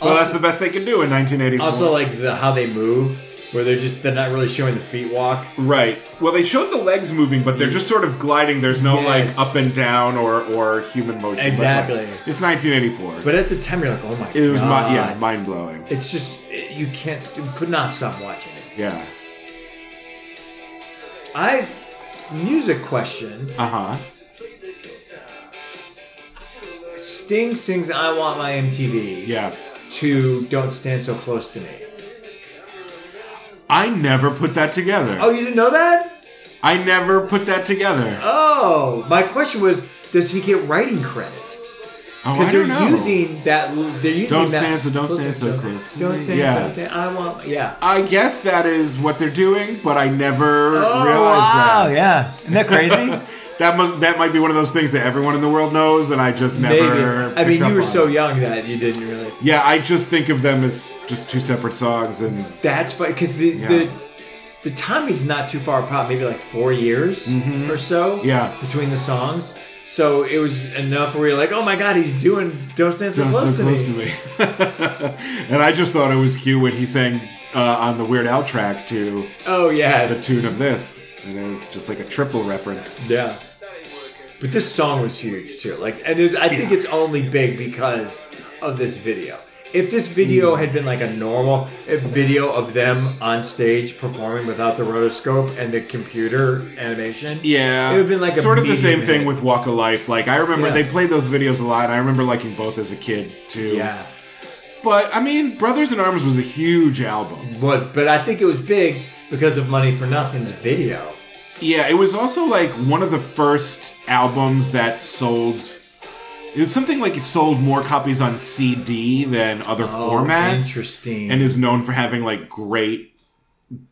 Speaker 1: Well, that's
Speaker 2: Also,
Speaker 1: the best they can do in 1984.
Speaker 2: also, like the how they move, where they're just they're not really showing the feet walk.
Speaker 1: right. Well, they showed the legs moving, but they're just sort of gliding. There's no
Speaker 2: Yes.
Speaker 1: like up and down or or human motion.
Speaker 2: Exactly.
Speaker 1: It's 1984.
Speaker 2: But at the time, you're like, oh my god.
Speaker 1: it was mi- yeah, mind blowing.
Speaker 2: It's just it- you can't st- could not stop watching it.
Speaker 1: Yeah.
Speaker 2: I music question.
Speaker 1: Uh huh.
Speaker 2: Sting sings "I Want My MTV"
Speaker 1: Yeah.
Speaker 2: to "Don't Stand So Close to Me."
Speaker 1: I never put that together.
Speaker 2: Oh, you didn't know that?
Speaker 1: I never put that together.
Speaker 2: Oh, my question was, does he get writing credit?
Speaker 1: Oh,
Speaker 2: Because
Speaker 1: I
Speaker 2: they're
Speaker 1: don't know.
Speaker 2: using that. They're using
Speaker 1: Don't
Speaker 2: that.
Speaker 1: stand so- don't stand so close to
Speaker 2: Don't
Speaker 1: me.
Speaker 2: stand
Speaker 1: Yeah.
Speaker 2: so. Th- I want. Yeah.
Speaker 1: I guess that is what they're doing, but I never
Speaker 2: Oh,
Speaker 3: Wow,
Speaker 1: realized that.
Speaker 3: yeah. Isn't that crazy?
Speaker 1: That must that might be one of those things that everyone in the world knows, and I just never.
Speaker 2: Maybe. I
Speaker 1: picked
Speaker 2: mean,
Speaker 1: up on
Speaker 2: you were so
Speaker 1: it.
Speaker 2: young that you didn't really.
Speaker 1: Yeah, I just think of them as just two separate songs, and
Speaker 2: That's funny because the,
Speaker 1: Yeah.
Speaker 2: the the timing's not too far apart. Maybe like four years or so.
Speaker 1: Mm-hmm. Yeah.
Speaker 2: Between the songs, so it was enough where you're like, oh my god, he's doing "Don't Stand So,
Speaker 1: Don't so
Speaker 2: close, to
Speaker 1: close to
Speaker 2: Me."
Speaker 1: me. and I just thought it was cute when he sang uh, on the Weird Al track to
Speaker 2: Oh yeah.
Speaker 1: the tune of this, and it was just like a triple reference.
Speaker 2: Yeah. But this song was huge too. Like, and it, I think it's only big because of this video. If this video
Speaker 1: Mm.
Speaker 2: had been like a normal eh, video of them on stage performing without the rotoscope and the computer animation,
Speaker 1: Yeah,
Speaker 2: it would have been like a
Speaker 1: sort of the
Speaker 2: medium
Speaker 1: same thing
Speaker 2: hit.
Speaker 1: with Walk of Life. Like I remember
Speaker 2: Yeah.
Speaker 1: they played those videos a lot. And I remember liking both as a kid too.
Speaker 2: yeah,
Speaker 1: But I mean, Brothers in Arms was a huge album.
Speaker 2: it was. But I think it was big because of Money for Nothing's video.
Speaker 1: Yeah, it was also like one of the first albums that sold. It was something like it sold more copies on CD than other formats.
Speaker 2: Oh, interesting.
Speaker 1: And is known for having like great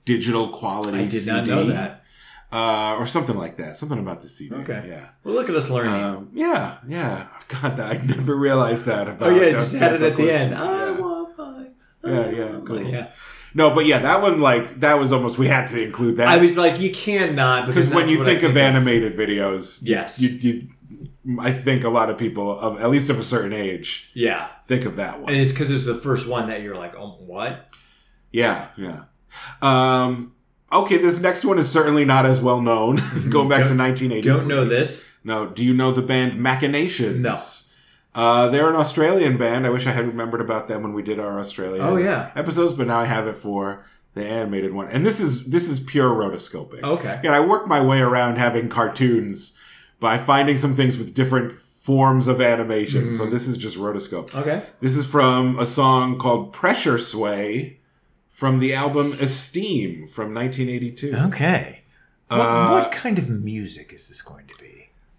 Speaker 1: digital quality.
Speaker 2: I did
Speaker 1: CD,
Speaker 2: not know that.
Speaker 1: uh, or something like that. Something about the CD.
Speaker 2: Okay.
Speaker 1: Yeah.
Speaker 2: Well, look at us learning.
Speaker 1: Um, yeah, yeah. God, I never realized that about.
Speaker 2: oh yeah,
Speaker 1: Don't
Speaker 2: just
Speaker 1: Stand
Speaker 2: add it
Speaker 1: So
Speaker 2: at the
Speaker 1: Close to
Speaker 2: end. Ah.
Speaker 1: Me.
Speaker 2: I
Speaker 1: Yeah.
Speaker 2: want my. I
Speaker 1: Yeah, yeah,
Speaker 2: want
Speaker 1: cool.
Speaker 2: my- Yeah.
Speaker 1: No, but yeah, that one like that was almost we had to include that.
Speaker 2: I was like, you cannot
Speaker 1: because when
Speaker 2: that's
Speaker 1: you
Speaker 2: what I
Speaker 1: think, of animated videos, you-
Speaker 2: Yes.
Speaker 1: you, you, I think a lot of people of at least of a certain age
Speaker 2: yeah,
Speaker 1: think of that one.
Speaker 2: and it's because it's the first one that you're like, oh, what?
Speaker 1: yeah, yeah. Um, okay, this next one is certainly not as well known. Going back to
Speaker 2: Mm-hmm.
Speaker 1: 1980,
Speaker 2: Don't- Don't know this.
Speaker 1: No, do you know the band Machinations?
Speaker 2: No.
Speaker 1: Uh, they're an Australian band. I wish I had remembered about them when we did our Australian
Speaker 2: Oh, yeah.
Speaker 1: episodes, but now I have it for the animated one. And this is this is pure rotoscoping.
Speaker 2: Okay.
Speaker 1: And I worked my way around having cartoons by finding some things with different forms of animation. So
Speaker 3: Mm-hmm.
Speaker 1: this is just rotoscope.
Speaker 2: Okay.
Speaker 1: This is from a song called Pressure Sway from the album Esteem from 1982.
Speaker 3: Okay. What,
Speaker 2: Uh,
Speaker 3: what kind of music is this going to be?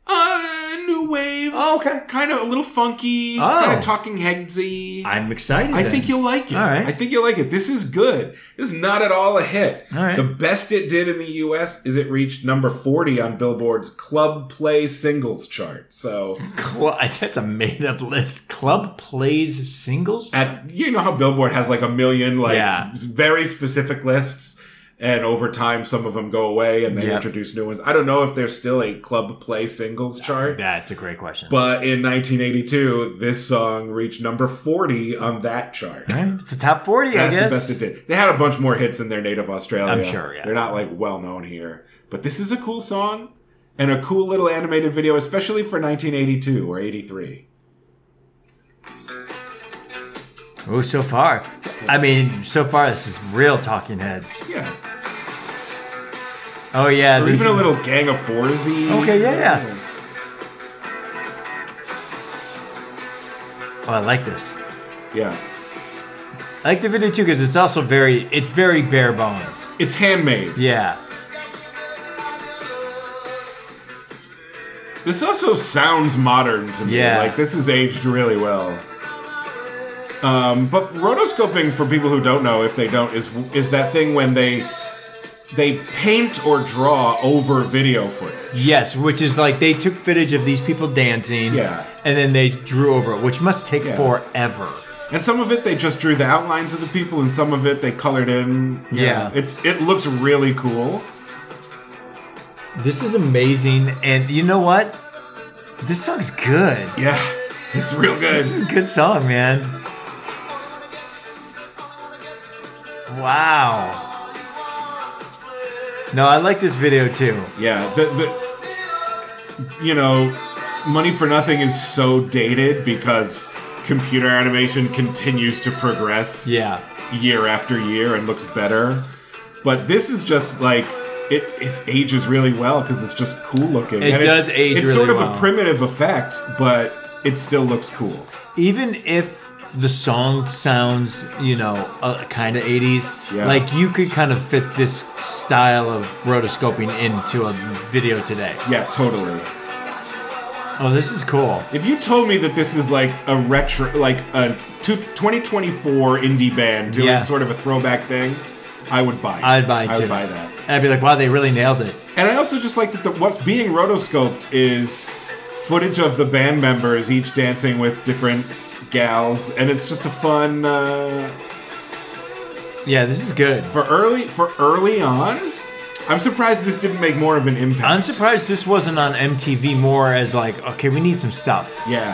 Speaker 1: Uh, new wave.
Speaker 3: Oh, okay.
Speaker 1: Kind of a little funky.
Speaker 3: Oh.
Speaker 1: Kind of talking headsy. I,
Speaker 3: I'm excited. then.
Speaker 1: think you'll like it.
Speaker 3: All right.
Speaker 1: I think you'll like it. This is good. This is not at all a hit.
Speaker 3: All right.
Speaker 1: The best it did in the U.S. is it reached number forty on Billboard's Club Play Singles chart. So,
Speaker 3: Cl- that's a made up list. Club plays singles.
Speaker 1: at you know how Billboard has like a million like
Speaker 3: Yeah.
Speaker 1: very specific lists. And over time, some of them go away and they
Speaker 3: Yeah.
Speaker 1: introduce new ones. I don't know if there's still a club play singles chart.
Speaker 3: That's a great question.
Speaker 1: But in 1982, this song reached number 40 on that chart.
Speaker 3: All right, it's a top forty,
Speaker 1: That's
Speaker 3: I
Speaker 1: the
Speaker 3: guess.
Speaker 1: best it did. They had a bunch more hits in their native Australia.
Speaker 3: I'm sure, yeah.
Speaker 1: They're not like well known here. But this is a cool song and a cool little animated video, especially for 1982 or 83.
Speaker 3: Oh, so far. I mean, so far this is real Talking Heads.
Speaker 1: Yeah.
Speaker 3: Oh yeah,
Speaker 1: Or
Speaker 3: this
Speaker 1: even a
Speaker 3: is-
Speaker 1: little Gang of Foursy.
Speaker 3: Okay, yeah, yeah. Oh, I like this.
Speaker 1: Yeah.
Speaker 3: I like the video too because it's also very, it's very bare bones.
Speaker 1: It's handmade.
Speaker 3: Yeah,
Speaker 1: This also sounds modern to me.
Speaker 3: Yeah.
Speaker 1: Like, this is aged really well. Um, but rotoscoping, for people who don't know, if they don't, is is that thing when they they paint or draw over video footage.
Speaker 3: Yes, which is like they took footage of these people dancing,
Speaker 1: Yeah.
Speaker 3: and then they drew over it, which must take
Speaker 1: Yeah.
Speaker 3: forever.
Speaker 1: And some of it they just drew the outlines of the people, and some of it they colored in.
Speaker 3: Yeah.
Speaker 1: it's it looks really cool.
Speaker 3: This is amazing, and you know what? This song's good.
Speaker 1: Yeah, it's real good.
Speaker 3: This is a good song, man. Wow. No, I like this video too.
Speaker 1: Yeah, the, the you know, Money for Nothing is so dated because computer animation continues to progress
Speaker 3: Yeah.
Speaker 1: year after year and looks better. But this is just like it, it ages really well because it's just cool looking.
Speaker 3: It
Speaker 1: and
Speaker 3: does
Speaker 1: it's,
Speaker 3: age
Speaker 1: It's
Speaker 3: really
Speaker 1: sort of
Speaker 3: well.
Speaker 1: a primitive effect, but it still looks cool.
Speaker 3: Even if the song sounds, you know, uh, kind of 80s,
Speaker 1: Yeah.
Speaker 3: like you could kind of fit this style of rotoscoping into a video today.
Speaker 1: Yeah, totally.
Speaker 3: Oh, this is cool.
Speaker 1: If you told me that this is like a retro, like a two, 2024 indie band doing
Speaker 3: Yeah.
Speaker 1: sort of a throwback thing, I would buy. It.
Speaker 3: I'd buy it
Speaker 1: I
Speaker 3: too.
Speaker 1: would buy that.
Speaker 3: I'd be like, wow, they really nailed it.
Speaker 1: And I also just like that the, what's being rotoscoped is footage of the band members each dancing with different gals, and it's just a fun uh,
Speaker 3: Yeah, this is good.
Speaker 1: for early for early on. I'm surprised this didn't make more of an impact.
Speaker 3: I'm surprised this wasn't on MTV more as like, okay, we need some stuff.
Speaker 1: Yeah,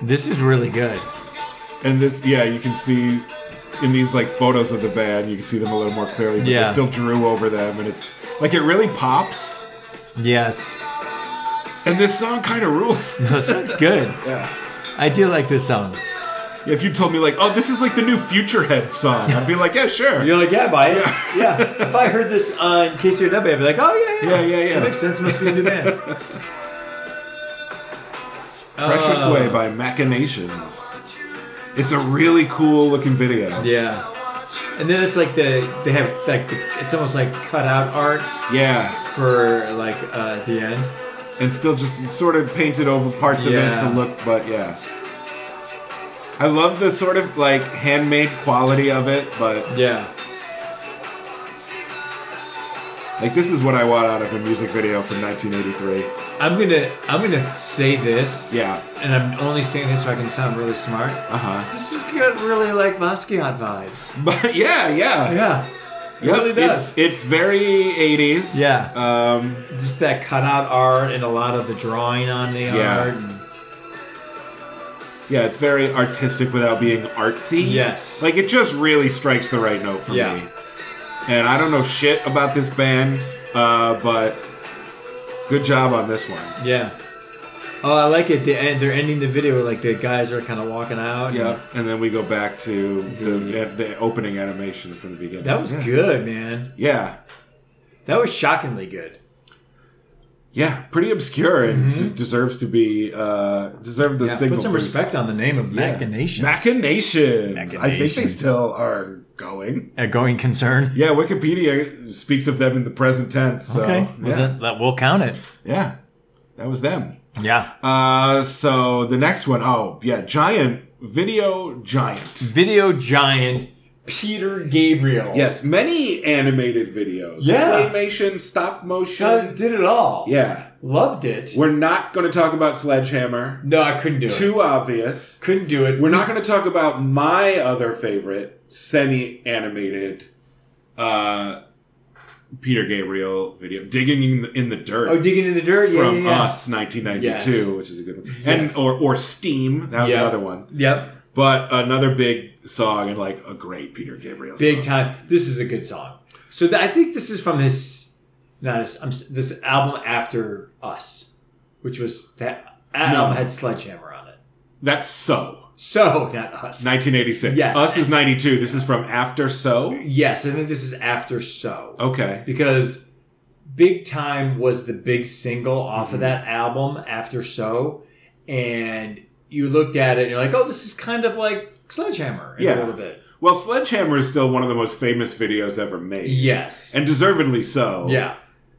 Speaker 3: This is really good.
Speaker 1: and this yeah you can see in these like photos of the band you can see them a little more clearly, but
Speaker 3: Yeah.
Speaker 1: they still drew over them, and it's like it really pops.
Speaker 3: Yes.
Speaker 1: And this song kind of rules.
Speaker 3: No, this sounds good.
Speaker 1: yeah.
Speaker 3: I do like this song.
Speaker 1: If you told me like, oh, this is like the new Futurehead song, I'd be like, yeah, sure.
Speaker 2: You're like, yeah, buy it. Yeah. If I heard this on KCRW, I'd be like, oh, yeah, yeah.
Speaker 1: Yeah, yeah, yeah.
Speaker 2: That makes sense. Must be a new band.
Speaker 1: Pressure
Speaker 2: Uh,
Speaker 1: Sway by Machinations. It's a really cool looking video.
Speaker 2: yeah. And then it's like the, they have, like, the, it's almost like cut out art
Speaker 1: Yeah.
Speaker 2: for, like, uh, the end.
Speaker 1: And still just sort of painted over parts
Speaker 2: Yeah.
Speaker 1: of it to look, but yeah. I love the sort of like handmade quality of it, but
Speaker 2: Yeah.
Speaker 1: like this is what I want out of a music video from 1983.
Speaker 2: I'm gonna, I'm gonna say this,
Speaker 1: Yeah.
Speaker 2: and I'm only saying this so I can sound really smart.
Speaker 1: Uh huh.
Speaker 2: This has got really, like, Basquiat vibes.
Speaker 1: But yeah, yeah.
Speaker 2: Yeah. It
Speaker 1: Yep,
Speaker 2: really does.
Speaker 1: It's, it's very 80s.
Speaker 3: Yeah.
Speaker 1: Um,
Speaker 2: just that cutout art and a lot of the drawing on the
Speaker 1: Yeah.
Speaker 2: art. And,
Speaker 1: yeah, it's very artistic without being artsy.
Speaker 2: yes.
Speaker 1: Like it just really strikes the right note for
Speaker 2: Yeah.
Speaker 1: me. And I don't know shit about this band, uh, but good job on this one.
Speaker 2: Yeah. Oh, I like it. The end, they're ending the video with, like the guys are kind of walking out.
Speaker 1: Yeah. And then we go back to the the opening animation from the beginning.
Speaker 2: That was
Speaker 1: yeah.
Speaker 2: good, man.
Speaker 1: Yeah.
Speaker 2: That was shockingly good.
Speaker 1: Yeah, pretty obscure and d- deserves to be uh deserved the
Speaker 2: Mm-hmm. Yeah,
Speaker 1: signal.
Speaker 2: put some
Speaker 1: boost.
Speaker 2: respect on the name of
Speaker 1: Yeah.
Speaker 3: Machinations.
Speaker 1: Machinations. I think they
Speaker 3: Machinations.
Speaker 1: still are going.
Speaker 2: Uh,
Speaker 3: A going concern.
Speaker 1: Yeah, Wikipedia speaks of them in the present tense. So
Speaker 3: Okay. Well,
Speaker 1: yeah.
Speaker 3: then, that, we'll count it.
Speaker 1: yeah. That was them.
Speaker 3: Yeah.
Speaker 1: Uh, so the next one, oh yeah, giant video giant.
Speaker 3: Video giant.
Speaker 2: Peter Gabriel.
Speaker 1: Yes, many animated videos.
Speaker 2: Yeah.
Speaker 1: animation, stop motion.
Speaker 2: Done- uh, did it all.
Speaker 1: yeah,
Speaker 2: Loved it.
Speaker 1: we're not going to talk about Sledgehammer.
Speaker 2: no, I couldn't do it.
Speaker 1: Too obvious.
Speaker 2: Couldn't do it.
Speaker 1: We're not going to talk about my other favorite semi-animated uh, Peter Gabriel video, digging in the, in the dirt.
Speaker 2: Oh, digging in the dirt. Yeah,
Speaker 1: from
Speaker 2: yeah, yeah.
Speaker 1: Us 1992,
Speaker 2: Yes.
Speaker 1: which is a good one,
Speaker 2: Yes.
Speaker 1: and or or Steam. That was
Speaker 2: Yeah.
Speaker 1: another one.
Speaker 2: Yep.
Speaker 1: But another big song and like a great Peter Gabriel song.
Speaker 2: Big time. This is a good song. So th- I think this is from his, not his, I'm, s- this album after Us, which was that, that
Speaker 1: No.
Speaker 2: album had Sledgehammer on it.
Speaker 1: That's So.
Speaker 2: So not Us.
Speaker 1: 1986.
Speaker 2: Yes.
Speaker 1: Us is 92. This is from After So.
Speaker 2: Yes, I think this is after So.
Speaker 1: Okay.
Speaker 2: Because Big Time was the big single off
Speaker 1: Mm-hmm.
Speaker 2: of that album after So. And you looked at it and you're like, oh, this is kind of like Sledgehammer in
Speaker 1: Yeah.
Speaker 2: a little bit.
Speaker 1: Well, Sledgehammer is still one of the most famous videos ever made.
Speaker 2: Yes.
Speaker 1: And oh. deservedly so.
Speaker 2: yeah.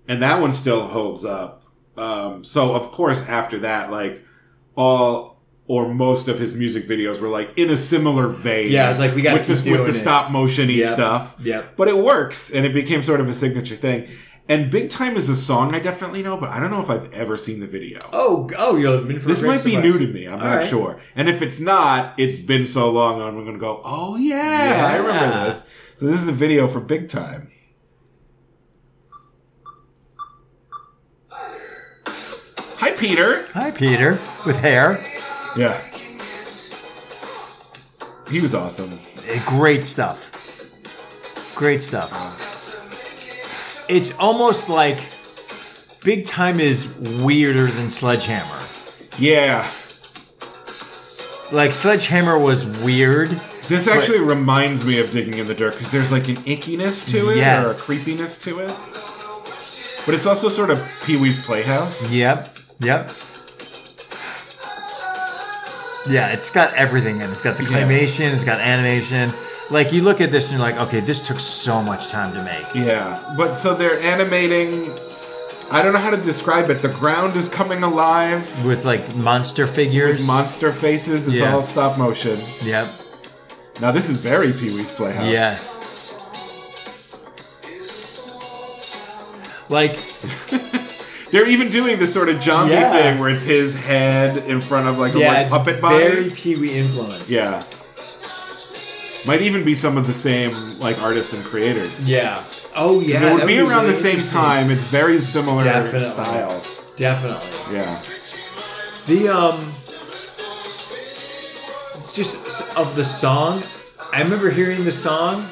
Speaker 1: And that one still holds up. Um, so, of course, after that, like, all or most of his music videos were like in a similar vein.
Speaker 2: Yeah, it's like, we gotta
Speaker 1: with this
Speaker 2: keep
Speaker 1: with the
Speaker 2: doing it.
Speaker 1: stop motiony
Speaker 2: Yep,
Speaker 1: stuff.
Speaker 2: yep.
Speaker 1: but it works, and it became sort of a signature thing. And Big Time is a song I definitely know, but I don't know if I've ever seen the video.
Speaker 2: Oh, g- oh, you're in for a
Speaker 1: This
Speaker 2: great
Speaker 1: might be
Speaker 2: surprise.
Speaker 1: new to me. I'm
Speaker 2: All
Speaker 1: not
Speaker 2: right.
Speaker 1: sure. And if it's not, it's been so long, and I'm going to go, oh, yeah, I remember
Speaker 2: Yeah.
Speaker 1: this. So this is the video for Big Time. Hi, Peter.
Speaker 3: Hi, Peter, with hair.
Speaker 1: Yeah. He was awesome.
Speaker 3: Eh, Great stuff. Great stuff. It's almost like Big Time is weirder than Sledgehammer.
Speaker 1: Yeah.
Speaker 3: Like, Sledgehammer was weird.
Speaker 1: This actually reminds me of Digging in the Dirt because there's like an ickiness to it
Speaker 3: Yes.
Speaker 1: or a creepiness to it. But it's also sort of Pee Wee's Playhouse.
Speaker 3: Yep, yep. Yeah, it's got everything in it. It's got the
Speaker 1: Yeah.
Speaker 3: claymation, it's got animation. Like, you look at this and you're like, okay, this took so much time to make.
Speaker 1: Yeah, but so they're animating. I don't know how to describe it. The ground is coming alive
Speaker 3: With, like, monster figures.
Speaker 1: with monster faces. It's
Speaker 3: Yeah.
Speaker 1: all stop motion.
Speaker 3: Yep,
Speaker 1: Now this is very Pee Wee's Playhouse.
Speaker 3: yes. Like,
Speaker 1: they're even doing this sort of zombie
Speaker 2: Yeah.
Speaker 1: thing where it's his head in front of like a
Speaker 2: Yeah,
Speaker 1: like,
Speaker 2: it's
Speaker 1: puppet body.
Speaker 2: very Pee Wee influenced.
Speaker 1: Yeah, might even be some of the same like artists and creators.
Speaker 2: yeah. Oh yeah,
Speaker 1: it
Speaker 2: that
Speaker 1: would be around
Speaker 2: really
Speaker 1: the same
Speaker 2: interesting.
Speaker 1: time. It's very similar
Speaker 2: Definitely.
Speaker 1: style.
Speaker 2: Definitely.
Speaker 1: Yeah,
Speaker 2: The um, just s- of the song, I remember hearing the song.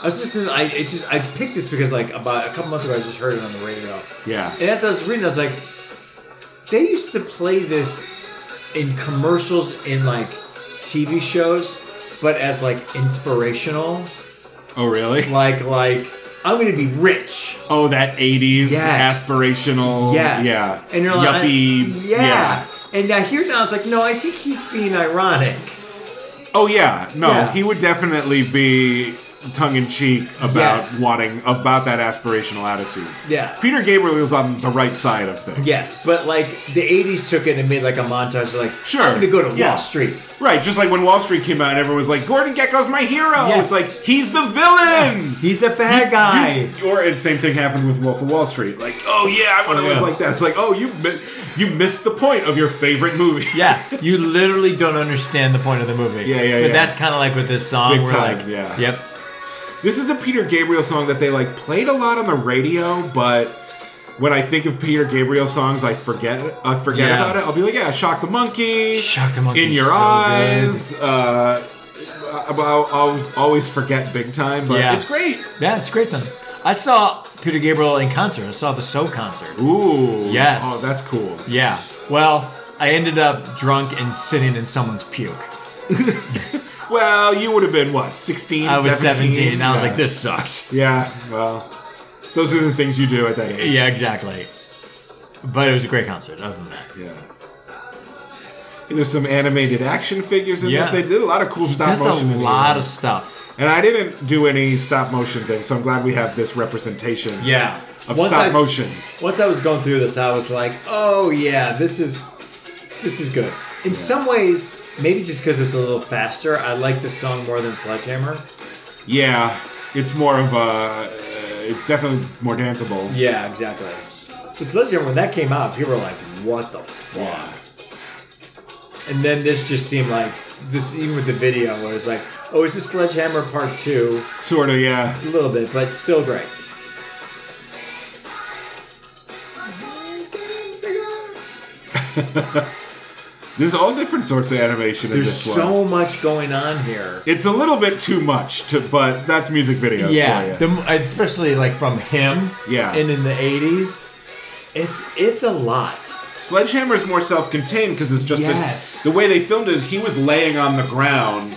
Speaker 2: I was listening. I it just I picked this because like about a couple months ago I just heard it on the radio.
Speaker 1: yeah.
Speaker 2: And as I was reading, I was like, they used to play this in commercials in like TV shows, but as like inspirational,
Speaker 1: Oh really?
Speaker 2: like like I'm gonna be rich.
Speaker 1: Oh, that 80s
Speaker 2: Yes.
Speaker 1: aspirational.
Speaker 2: Yes.
Speaker 1: Oh, Yeah.
Speaker 2: And you're like,
Speaker 1: yuppie.
Speaker 2: I- yeah. And now here now, I was like, no, I think he's being ironic.
Speaker 1: Oh, yeah. No,
Speaker 2: Yeah.
Speaker 1: he would definitely be tongue in cheek about
Speaker 2: Yes.
Speaker 1: wanting, about that aspirational attitude.
Speaker 2: Yeah.
Speaker 1: Peter Gabriel was on the right side of things.
Speaker 2: Yes, but like the '80s took it and made like a montage. Like,
Speaker 1: Sure.
Speaker 2: I'm gonna go to
Speaker 1: Yeah.
Speaker 2: Wall Street.
Speaker 1: Right. Just like when Wall Street came out and everyone was like, Gordon Gecko's my hero.
Speaker 2: Yeah.
Speaker 1: It's like, he's the villain.
Speaker 2: He's a bad guy.
Speaker 1: You- Or and same thing happened with Wolf of Wall Street. Like, oh yeah, I want to
Speaker 3: Oh,
Speaker 1: live
Speaker 3: yeah.
Speaker 1: like that. It's like, oh, you mi- you missed the point of your favorite movie.
Speaker 3: Yeah, you literally don't understand the point of the movie.
Speaker 1: Yeah, yeah,
Speaker 3: But
Speaker 1: yeah.
Speaker 3: that's kind of like with this song.
Speaker 1: Big
Speaker 3: we're
Speaker 1: time,
Speaker 3: like,
Speaker 1: yeah.
Speaker 3: Yep.
Speaker 1: This is a Peter Gabriel song that they like played a lot on the radio, but when I think of Peter Gabriel songs, I forget I forget
Speaker 3: Yeah.
Speaker 1: about it. I'll be like, yeah, shock the monkey,
Speaker 3: Shock the Monkey
Speaker 1: in
Speaker 3: is
Speaker 1: your
Speaker 3: so
Speaker 1: eyes. Uh, I- I'll, I'll always forget big time, but
Speaker 3: Yeah.
Speaker 1: it's great.
Speaker 3: Yeah, it's a great song. I saw Peter Gabriel in concert. I saw the So concert.
Speaker 1: Ooh,
Speaker 3: Yes.
Speaker 1: oh, that's cool.
Speaker 3: Yeah. Well, I ended up drunk and sitting in someone's puke.
Speaker 1: Well, you would have been what 16,
Speaker 3: I was
Speaker 1: 17?
Speaker 3: 17, and I was
Speaker 1: yeah.
Speaker 3: like, this sucks.
Speaker 1: Yeah, well, those are the things you do at that age.
Speaker 3: Yeah, exactly. But it was a great concert, other than that.
Speaker 1: Yeah. There's some animated action figures in this.
Speaker 3: Yeah.
Speaker 1: They did a lot of cool stop
Speaker 3: That's
Speaker 1: motion.
Speaker 3: a
Speaker 1: in
Speaker 3: lot
Speaker 1: here.
Speaker 3: of stuff.
Speaker 1: And I didn't do any stop motion thing, so I'm glad we have this representation.
Speaker 2: Yeah.
Speaker 1: Of stop
Speaker 2: I s-
Speaker 1: motion.
Speaker 2: Once I was going through this, I was like, oh yeah, this is this is good. In some ways, maybe just because it's a little faster, I like this song more than Sledgehammer.
Speaker 1: Yeah, it's more of a. uh, It's definitely more danceable.
Speaker 2: Yeah, exactly. But Sledgehammer, when that came out, people were like, what the fuck? And then this just seemed like this, even with the video, where it's like, oh, is this Sledgehammer Part Two?
Speaker 1: Sort of, yeah.
Speaker 2: A little bit, but still great.
Speaker 1: There's all different sorts of animation in
Speaker 2: There's
Speaker 1: this one.
Speaker 2: so much going on here.
Speaker 1: It's a little bit too much, to, but that's music videos
Speaker 3: yeah.
Speaker 1: for you.
Speaker 3: the- especially like from him.
Speaker 1: Yeah.
Speaker 2: And in the '80s, it's it's a lot.
Speaker 1: Sledgehammer is more self-contained because it's just
Speaker 2: Yes.
Speaker 1: the, the way they filmed it. is He was laying on the ground,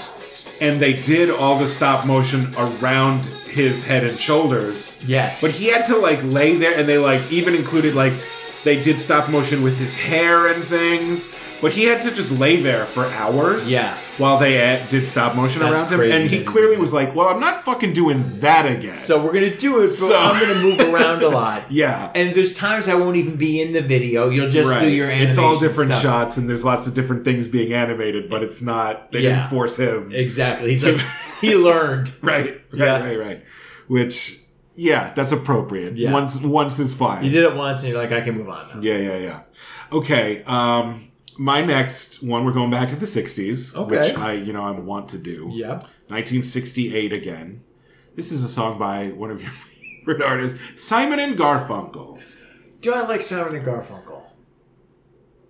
Speaker 1: and they did all the stop motion around his head and shoulders.
Speaker 2: Yes.
Speaker 1: but he had to like lay there, and they like even included like They did stop motion with his hair and things, but he had to just lay there for hours.
Speaker 2: Yeah.
Speaker 1: While they uh, did stop motion
Speaker 2: That's
Speaker 1: around him,
Speaker 2: crazy
Speaker 1: and
Speaker 2: that
Speaker 1: he
Speaker 2: he
Speaker 1: clearly
Speaker 2: did that.
Speaker 1: was like, "Well, I'm not fucking doing that again."
Speaker 2: So we're gonna do it, but
Speaker 1: So-
Speaker 2: I'm gonna move around a lot.
Speaker 1: yeah,
Speaker 2: And there's times I won't even be in the video. You'll just
Speaker 1: Right.
Speaker 2: do your animation.
Speaker 1: It's all different
Speaker 2: stuff.
Speaker 1: shots, and there's lots of different things being animated, but it's not. They
Speaker 2: Yeah.
Speaker 1: didn't force him.
Speaker 2: Exactly. He's like he learned.
Speaker 1: Right. Right.
Speaker 2: Yeah.
Speaker 1: Right. Right. Which, yeah, that's appropriate.
Speaker 2: Yeah.
Speaker 1: Once, once is fine.
Speaker 2: You did it once, and you're like, I can move on. Now.
Speaker 1: Yeah. Yeah. Yeah. Okay. Um, my next one, we're going back to the '60s,
Speaker 2: Okay.
Speaker 1: which I, you know, I want to do.
Speaker 2: Yep.
Speaker 1: 1968 again. This is a song by one of your favorite artists, Simon and Garfunkel.
Speaker 2: Do I like Simon and Garfunkel?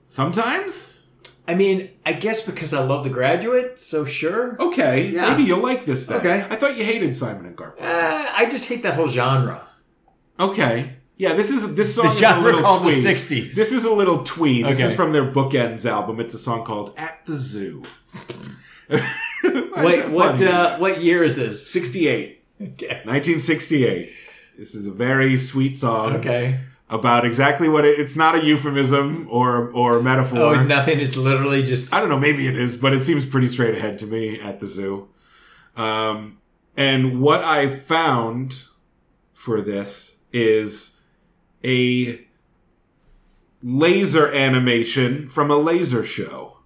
Speaker 1: Sometimes,
Speaker 2: I mean, I guess because I love The Graduate, so sure.
Speaker 1: okay,
Speaker 2: Yeah.
Speaker 1: maybe you'll like this. Then,
Speaker 2: Okay.
Speaker 1: I thought you hated Simon and Garfunkel.
Speaker 2: Uh, I just hate that whole genre.
Speaker 1: Okay. Yeah, this is this song is a
Speaker 3: genre
Speaker 1: little
Speaker 3: called the
Speaker 1: twee.
Speaker 3: 60s.
Speaker 1: This is a little twee. This
Speaker 3: Okay.
Speaker 1: is from their Bookends album. It's a song called "At the Zoo." Why is
Speaker 2: Wait,
Speaker 1: that
Speaker 2: what?
Speaker 1: funny?
Speaker 2: Uh, what year is this?
Speaker 1: 68,
Speaker 2: Okay.
Speaker 1: 1968. This is a very sweet song
Speaker 2: Okay.
Speaker 1: about exactly what it, it's not a euphemism or or a metaphor.
Speaker 2: Oh, nothing. It's literally just.
Speaker 1: I don't know, maybe it is, but it seems pretty straight ahead to me at the zoo. Um, and what I found for this is a laser animation from a laser show,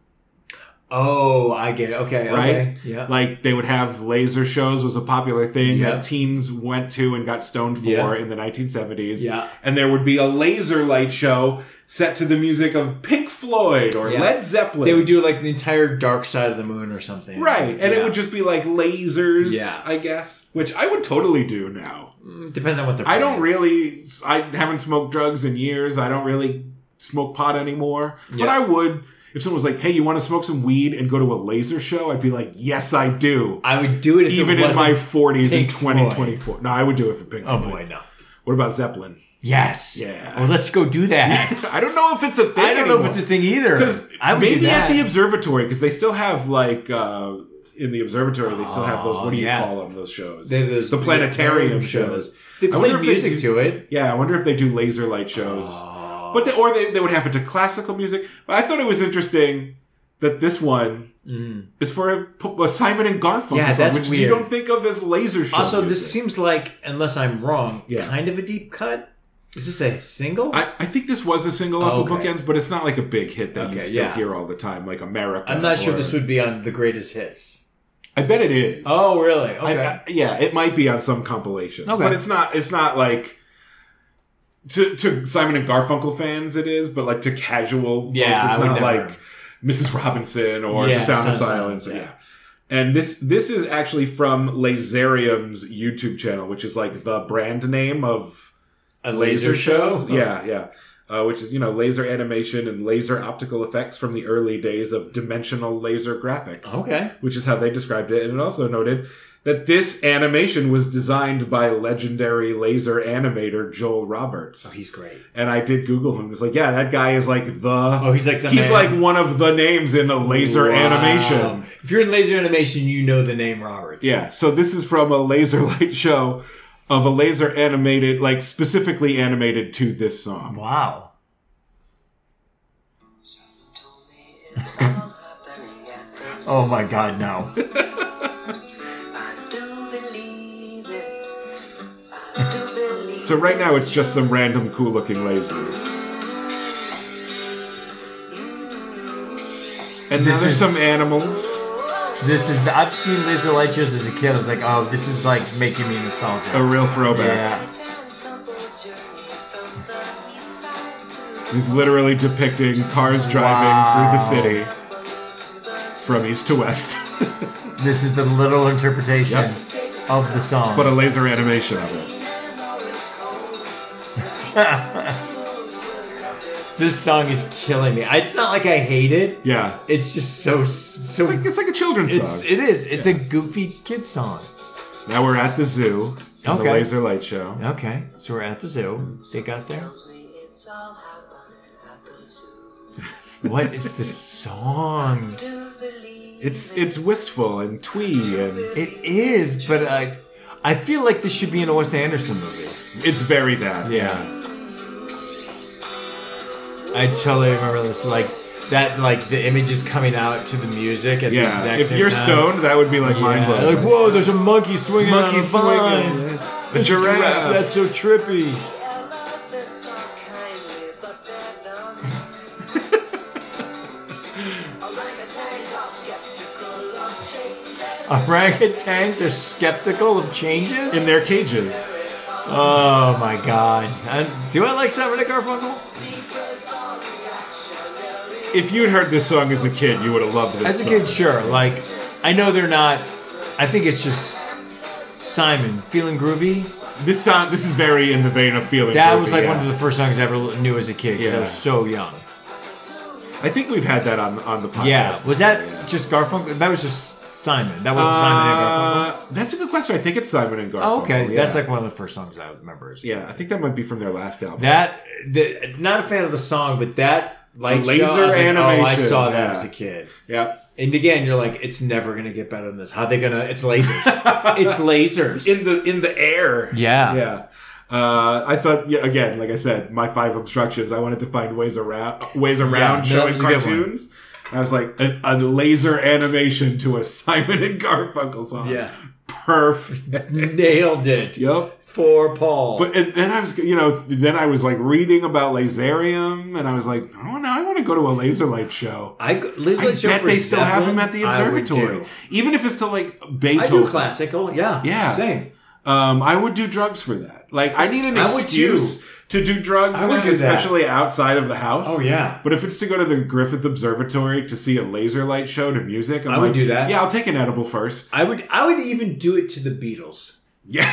Speaker 2: Oh, I get it. Okay.
Speaker 1: right?
Speaker 2: Okay. Yeah.
Speaker 1: Like they would have laser shows was a popular thing
Speaker 2: Yeah.
Speaker 1: that teens went to and got stoned for
Speaker 2: Yeah.
Speaker 1: in the 1970s.
Speaker 2: Yeah.
Speaker 1: And there would be a laser light show set to the music of Pink Floyd or
Speaker 2: Yeah.
Speaker 1: Led Zeppelin.
Speaker 2: They would do like the entire Dark Side of the Moon or something.
Speaker 1: Right, and
Speaker 2: Yeah.
Speaker 1: it would just be like lasers,
Speaker 2: Yeah.
Speaker 1: I guess, which I would totally do now.
Speaker 2: depends on what they're.
Speaker 1: I don't
Speaker 2: playing.
Speaker 1: really, I haven't smoked drugs in years. I don't really smoke pot anymore, but
Speaker 2: Yeah.
Speaker 1: I would. If someone was like, "Hey, you want to smoke some weed and go to a laser show?" I'd be like, "Yes, I do."
Speaker 2: I would do it if
Speaker 1: Even
Speaker 2: it
Speaker 1: in
Speaker 2: wasn't
Speaker 1: my forties in
Speaker 2: Pink Floyd.
Speaker 1: twenty twenty four. No, I would do it for Pink
Speaker 2: Oh
Speaker 1: Floyd.
Speaker 2: boy, no.
Speaker 1: What about Zeppelin?
Speaker 3: Yes.
Speaker 1: Yeah.
Speaker 3: Well, let's go do that.
Speaker 1: I don't know if it's a thing.
Speaker 3: I don't know if it's a thing either.
Speaker 1: Because
Speaker 3: I would do
Speaker 1: maybe at
Speaker 3: that.
Speaker 1: the observatory, because they still have like uh, in the observatory, they still have those. What do you
Speaker 3: yeah.
Speaker 1: call them? Those shows,
Speaker 2: Oh, They have those
Speaker 1: the planetarium
Speaker 2: planetarium
Speaker 1: shows.
Speaker 2: shows. They
Speaker 1: I
Speaker 2: play
Speaker 1: wonder if
Speaker 2: music Oh.
Speaker 1: do-
Speaker 2: to it.
Speaker 1: Yeah, I wonder if they do laser light shows, but they, or they, they would have it to classical music. But I thought it was interesting that this one is for a, p- a Simon and Garfunkel
Speaker 2: Mm. Yeah,
Speaker 1: song,
Speaker 2: that's
Speaker 1: which you
Speaker 2: weird.
Speaker 1: don't think of as laser show.
Speaker 2: Also, this
Speaker 1: music.
Speaker 2: seems like, unless I'm wrong,
Speaker 1: Yeah.
Speaker 2: kind of a deep cut. Is this a single?
Speaker 1: I, I think this was a single off of
Speaker 2: Okay.
Speaker 1: Bookends, but it's not like a big hit that you
Speaker 2: Okay,
Speaker 1: still
Speaker 2: yeah.
Speaker 1: hear all the time, like America.
Speaker 2: am not
Speaker 1: or-
Speaker 2: sure if this would be on the greatest hits.
Speaker 1: I bet it is.
Speaker 2: Oh, really?
Speaker 1: I-
Speaker 2: Okay.
Speaker 1: I- yeah, it might be on some compilations,
Speaker 3: Okay.
Speaker 1: but it's not. It's not like to to Simon and Garfunkel fans, it is, but like to casual, folks,
Speaker 2: Yeah,
Speaker 1: it's
Speaker 2: I would
Speaker 1: not
Speaker 2: never.
Speaker 1: like Mrs. Robinson or
Speaker 2: Yeah,
Speaker 1: The Sound,
Speaker 2: Sound
Speaker 1: of
Speaker 2: of
Speaker 1: Silence.
Speaker 2: Silence,
Speaker 1: yeah. And this this is actually from Laserium's YouTube channel, which is like the brand name of
Speaker 2: a Oh.
Speaker 1: laser, shows.
Speaker 2: Yeah.
Speaker 1: Yeah, yeah. Uh, which is you know laser animation and laser optical effects from the early days of dimensional laser graphics
Speaker 2: Okay.
Speaker 1: which is how they described it. And it also noted that this animation was designed by legendary laser animator Joel Roberts.
Speaker 2: Oh, he's great.
Speaker 1: and I did Google him. It's like, yeah, that guy is like the.
Speaker 2: Oh, he's like the
Speaker 1: he's
Speaker 2: man.
Speaker 1: like one of the names in the laser
Speaker 2: Wow.
Speaker 1: animation.
Speaker 2: If you're in laser animation, you know the name Roberts.
Speaker 1: Yeah. So this is from a laser light show of a laser animated, like specifically animated to this song.
Speaker 3: wow. Oh my God, no.
Speaker 1: So right now it's just some random cool looking lasers. And then
Speaker 3: This
Speaker 1: there's
Speaker 3: is-
Speaker 1: some animals.
Speaker 3: This is. I've seen laser light shows as a kid. I was like, oh, this is like making me nostalgic.
Speaker 1: A real throwback.
Speaker 3: yeah.
Speaker 1: He's literally depicting cars driving
Speaker 3: Wow.
Speaker 1: through the city from east to west,
Speaker 3: This is the literal interpretation of the song.
Speaker 1: but a laser animation of it.
Speaker 2: This song is killing me. I- It's not like I hate it.
Speaker 1: Yeah.
Speaker 2: It's just so so.
Speaker 1: It's like, it's like a children's
Speaker 2: it's
Speaker 1: song.
Speaker 2: it is. It's
Speaker 3: it's a goofy kid song.
Speaker 1: now we're at the zoo in the
Speaker 2: Okay.
Speaker 1: laser light show.
Speaker 2: okay. So we're at the zoo. They got there. What is this song?
Speaker 1: It's it's wistful and twee and
Speaker 2: It is, but I, I feel like this should be in a Wes Anderson movie.
Speaker 1: it's very that.
Speaker 2: Yeah. I totally remember this. Like that, like the images coming out to the music at the
Speaker 1: Yeah,
Speaker 2: exact
Speaker 1: if
Speaker 2: same
Speaker 1: you're
Speaker 2: time.
Speaker 1: stoned, that would be like mind
Speaker 2: Yeah,
Speaker 1: blowing.
Speaker 2: like whoa, there's a monkey swinging
Speaker 1: monkey
Speaker 2: on a vine.
Speaker 1: swinging, a giraffe.
Speaker 2: That's so trippy. Orangutans are skeptical of changes.
Speaker 1: in their cages.
Speaker 2: oh my god! I- do I like Simon and Garfunkel?
Speaker 1: If you'd heard this song as a kid, you would have loved this.
Speaker 2: As a
Speaker 1: song.
Speaker 2: kid, sure. Like I know they're not. I think it's just Simon feeling groovy.
Speaker 1: this song, this is very in the vein of feeling.
Speaker 2: That
Speaker 1: groovy,
Speaker 2: was like
Speaker 1: yeah.
Speaker 2: one of the first songs I ever l- knew as a kid because I
Speaker 1: Yeah.
Speaker 2: was so young.
Speaker 1: I think we've had that on on the podcast.
Speaker 2: Yeah, was that
Speaker 1: before, yeah.
Speaker 2: just Garfunkel? That was just Simon. That wasn't Simon and Garfunkel.
Speaker 1: Uh, that's a good question. I think it's Simon and Garfunkel.
Speaker 2: Oh, okay,
Speaker 1: yeah.
Speaker 2: that's like one of the first songs I remember. is-
Speaker 1: yeah. I think that might be from their last album.
Speaker 2: That the, not a fan of the song, but that light
Speaker 1: The laser
Speaker 2: show, I was like, oh, I
Speaker 1: animation,
Speaker 2: saw that
Speaker 1: yeah.
Speaker 2: as a kid.
Speaker 1: yeah,
Speaker 2: And again, you're like, it's never gonna get better than this. How they gonna? It's lasers. it's lasers.
Speaker 1: in the in the air.
Speaker 3: Yeah.
Speaker 1: yeah. Uh, I thought yeah, again, like I said, my five obstructions. I wanted to find ways around ways around
Speaker 2: no, that
Speaker 1: showing
Speaker 2: was a good one.
Speaker 1: cartoons. And I was like a, a laser animation to a Simon and Garfunkel song.
Speaker 2: Yeah.
Speaker 1: perfect.
Speaker 2: Nailed it
Speaker 1: yep.
Speaker 2: for Paul.
Speaker 1: But and then I was, you know, then I was like reading about laserium, and I was like, oh no, I want to go to a laser light show.
Speaker 2: I go- Liz
Speaker 1: I
Speaker 2: Light show
Speaker 1: bet
Speaker 2: for
Speaker 1: they still
Speaker 2: that
Speaker 1: have them
Speaker 2: one,
Speaker 1: at the
Speaker 2: I would
Speaker 1: observatory,
Speaker 2: do.
Speaker 1: even if it's to like
Speaker 2: I
Speaker 1: Beethoven.
Speaker 2: do classical. Yeah.
Speaker 1: Yeah.
Speaker 2: Same.
Speaker 1: Um, I would do drugs for that. Like, I need an
Speaker 2: I would
Speaker 1: excuse to do drugs,
Speaker 2: I would
Speaker 1: now,
Speaker 2: do that.
Speaker 1: especially outside of the house.
Speaker 2: Oh, yeah.
Speaker 1: But if it's to go to the Griffith Observatory to see a laser light show to music, I'm
Speaker 2: I
Speaker 1: like,
Speaker 2: would do that.
Speaker 1: Yeah, I'll take an edible first.
Speaker 2: I would. I would even do it to the Beatles.
Speaker 1: yeah,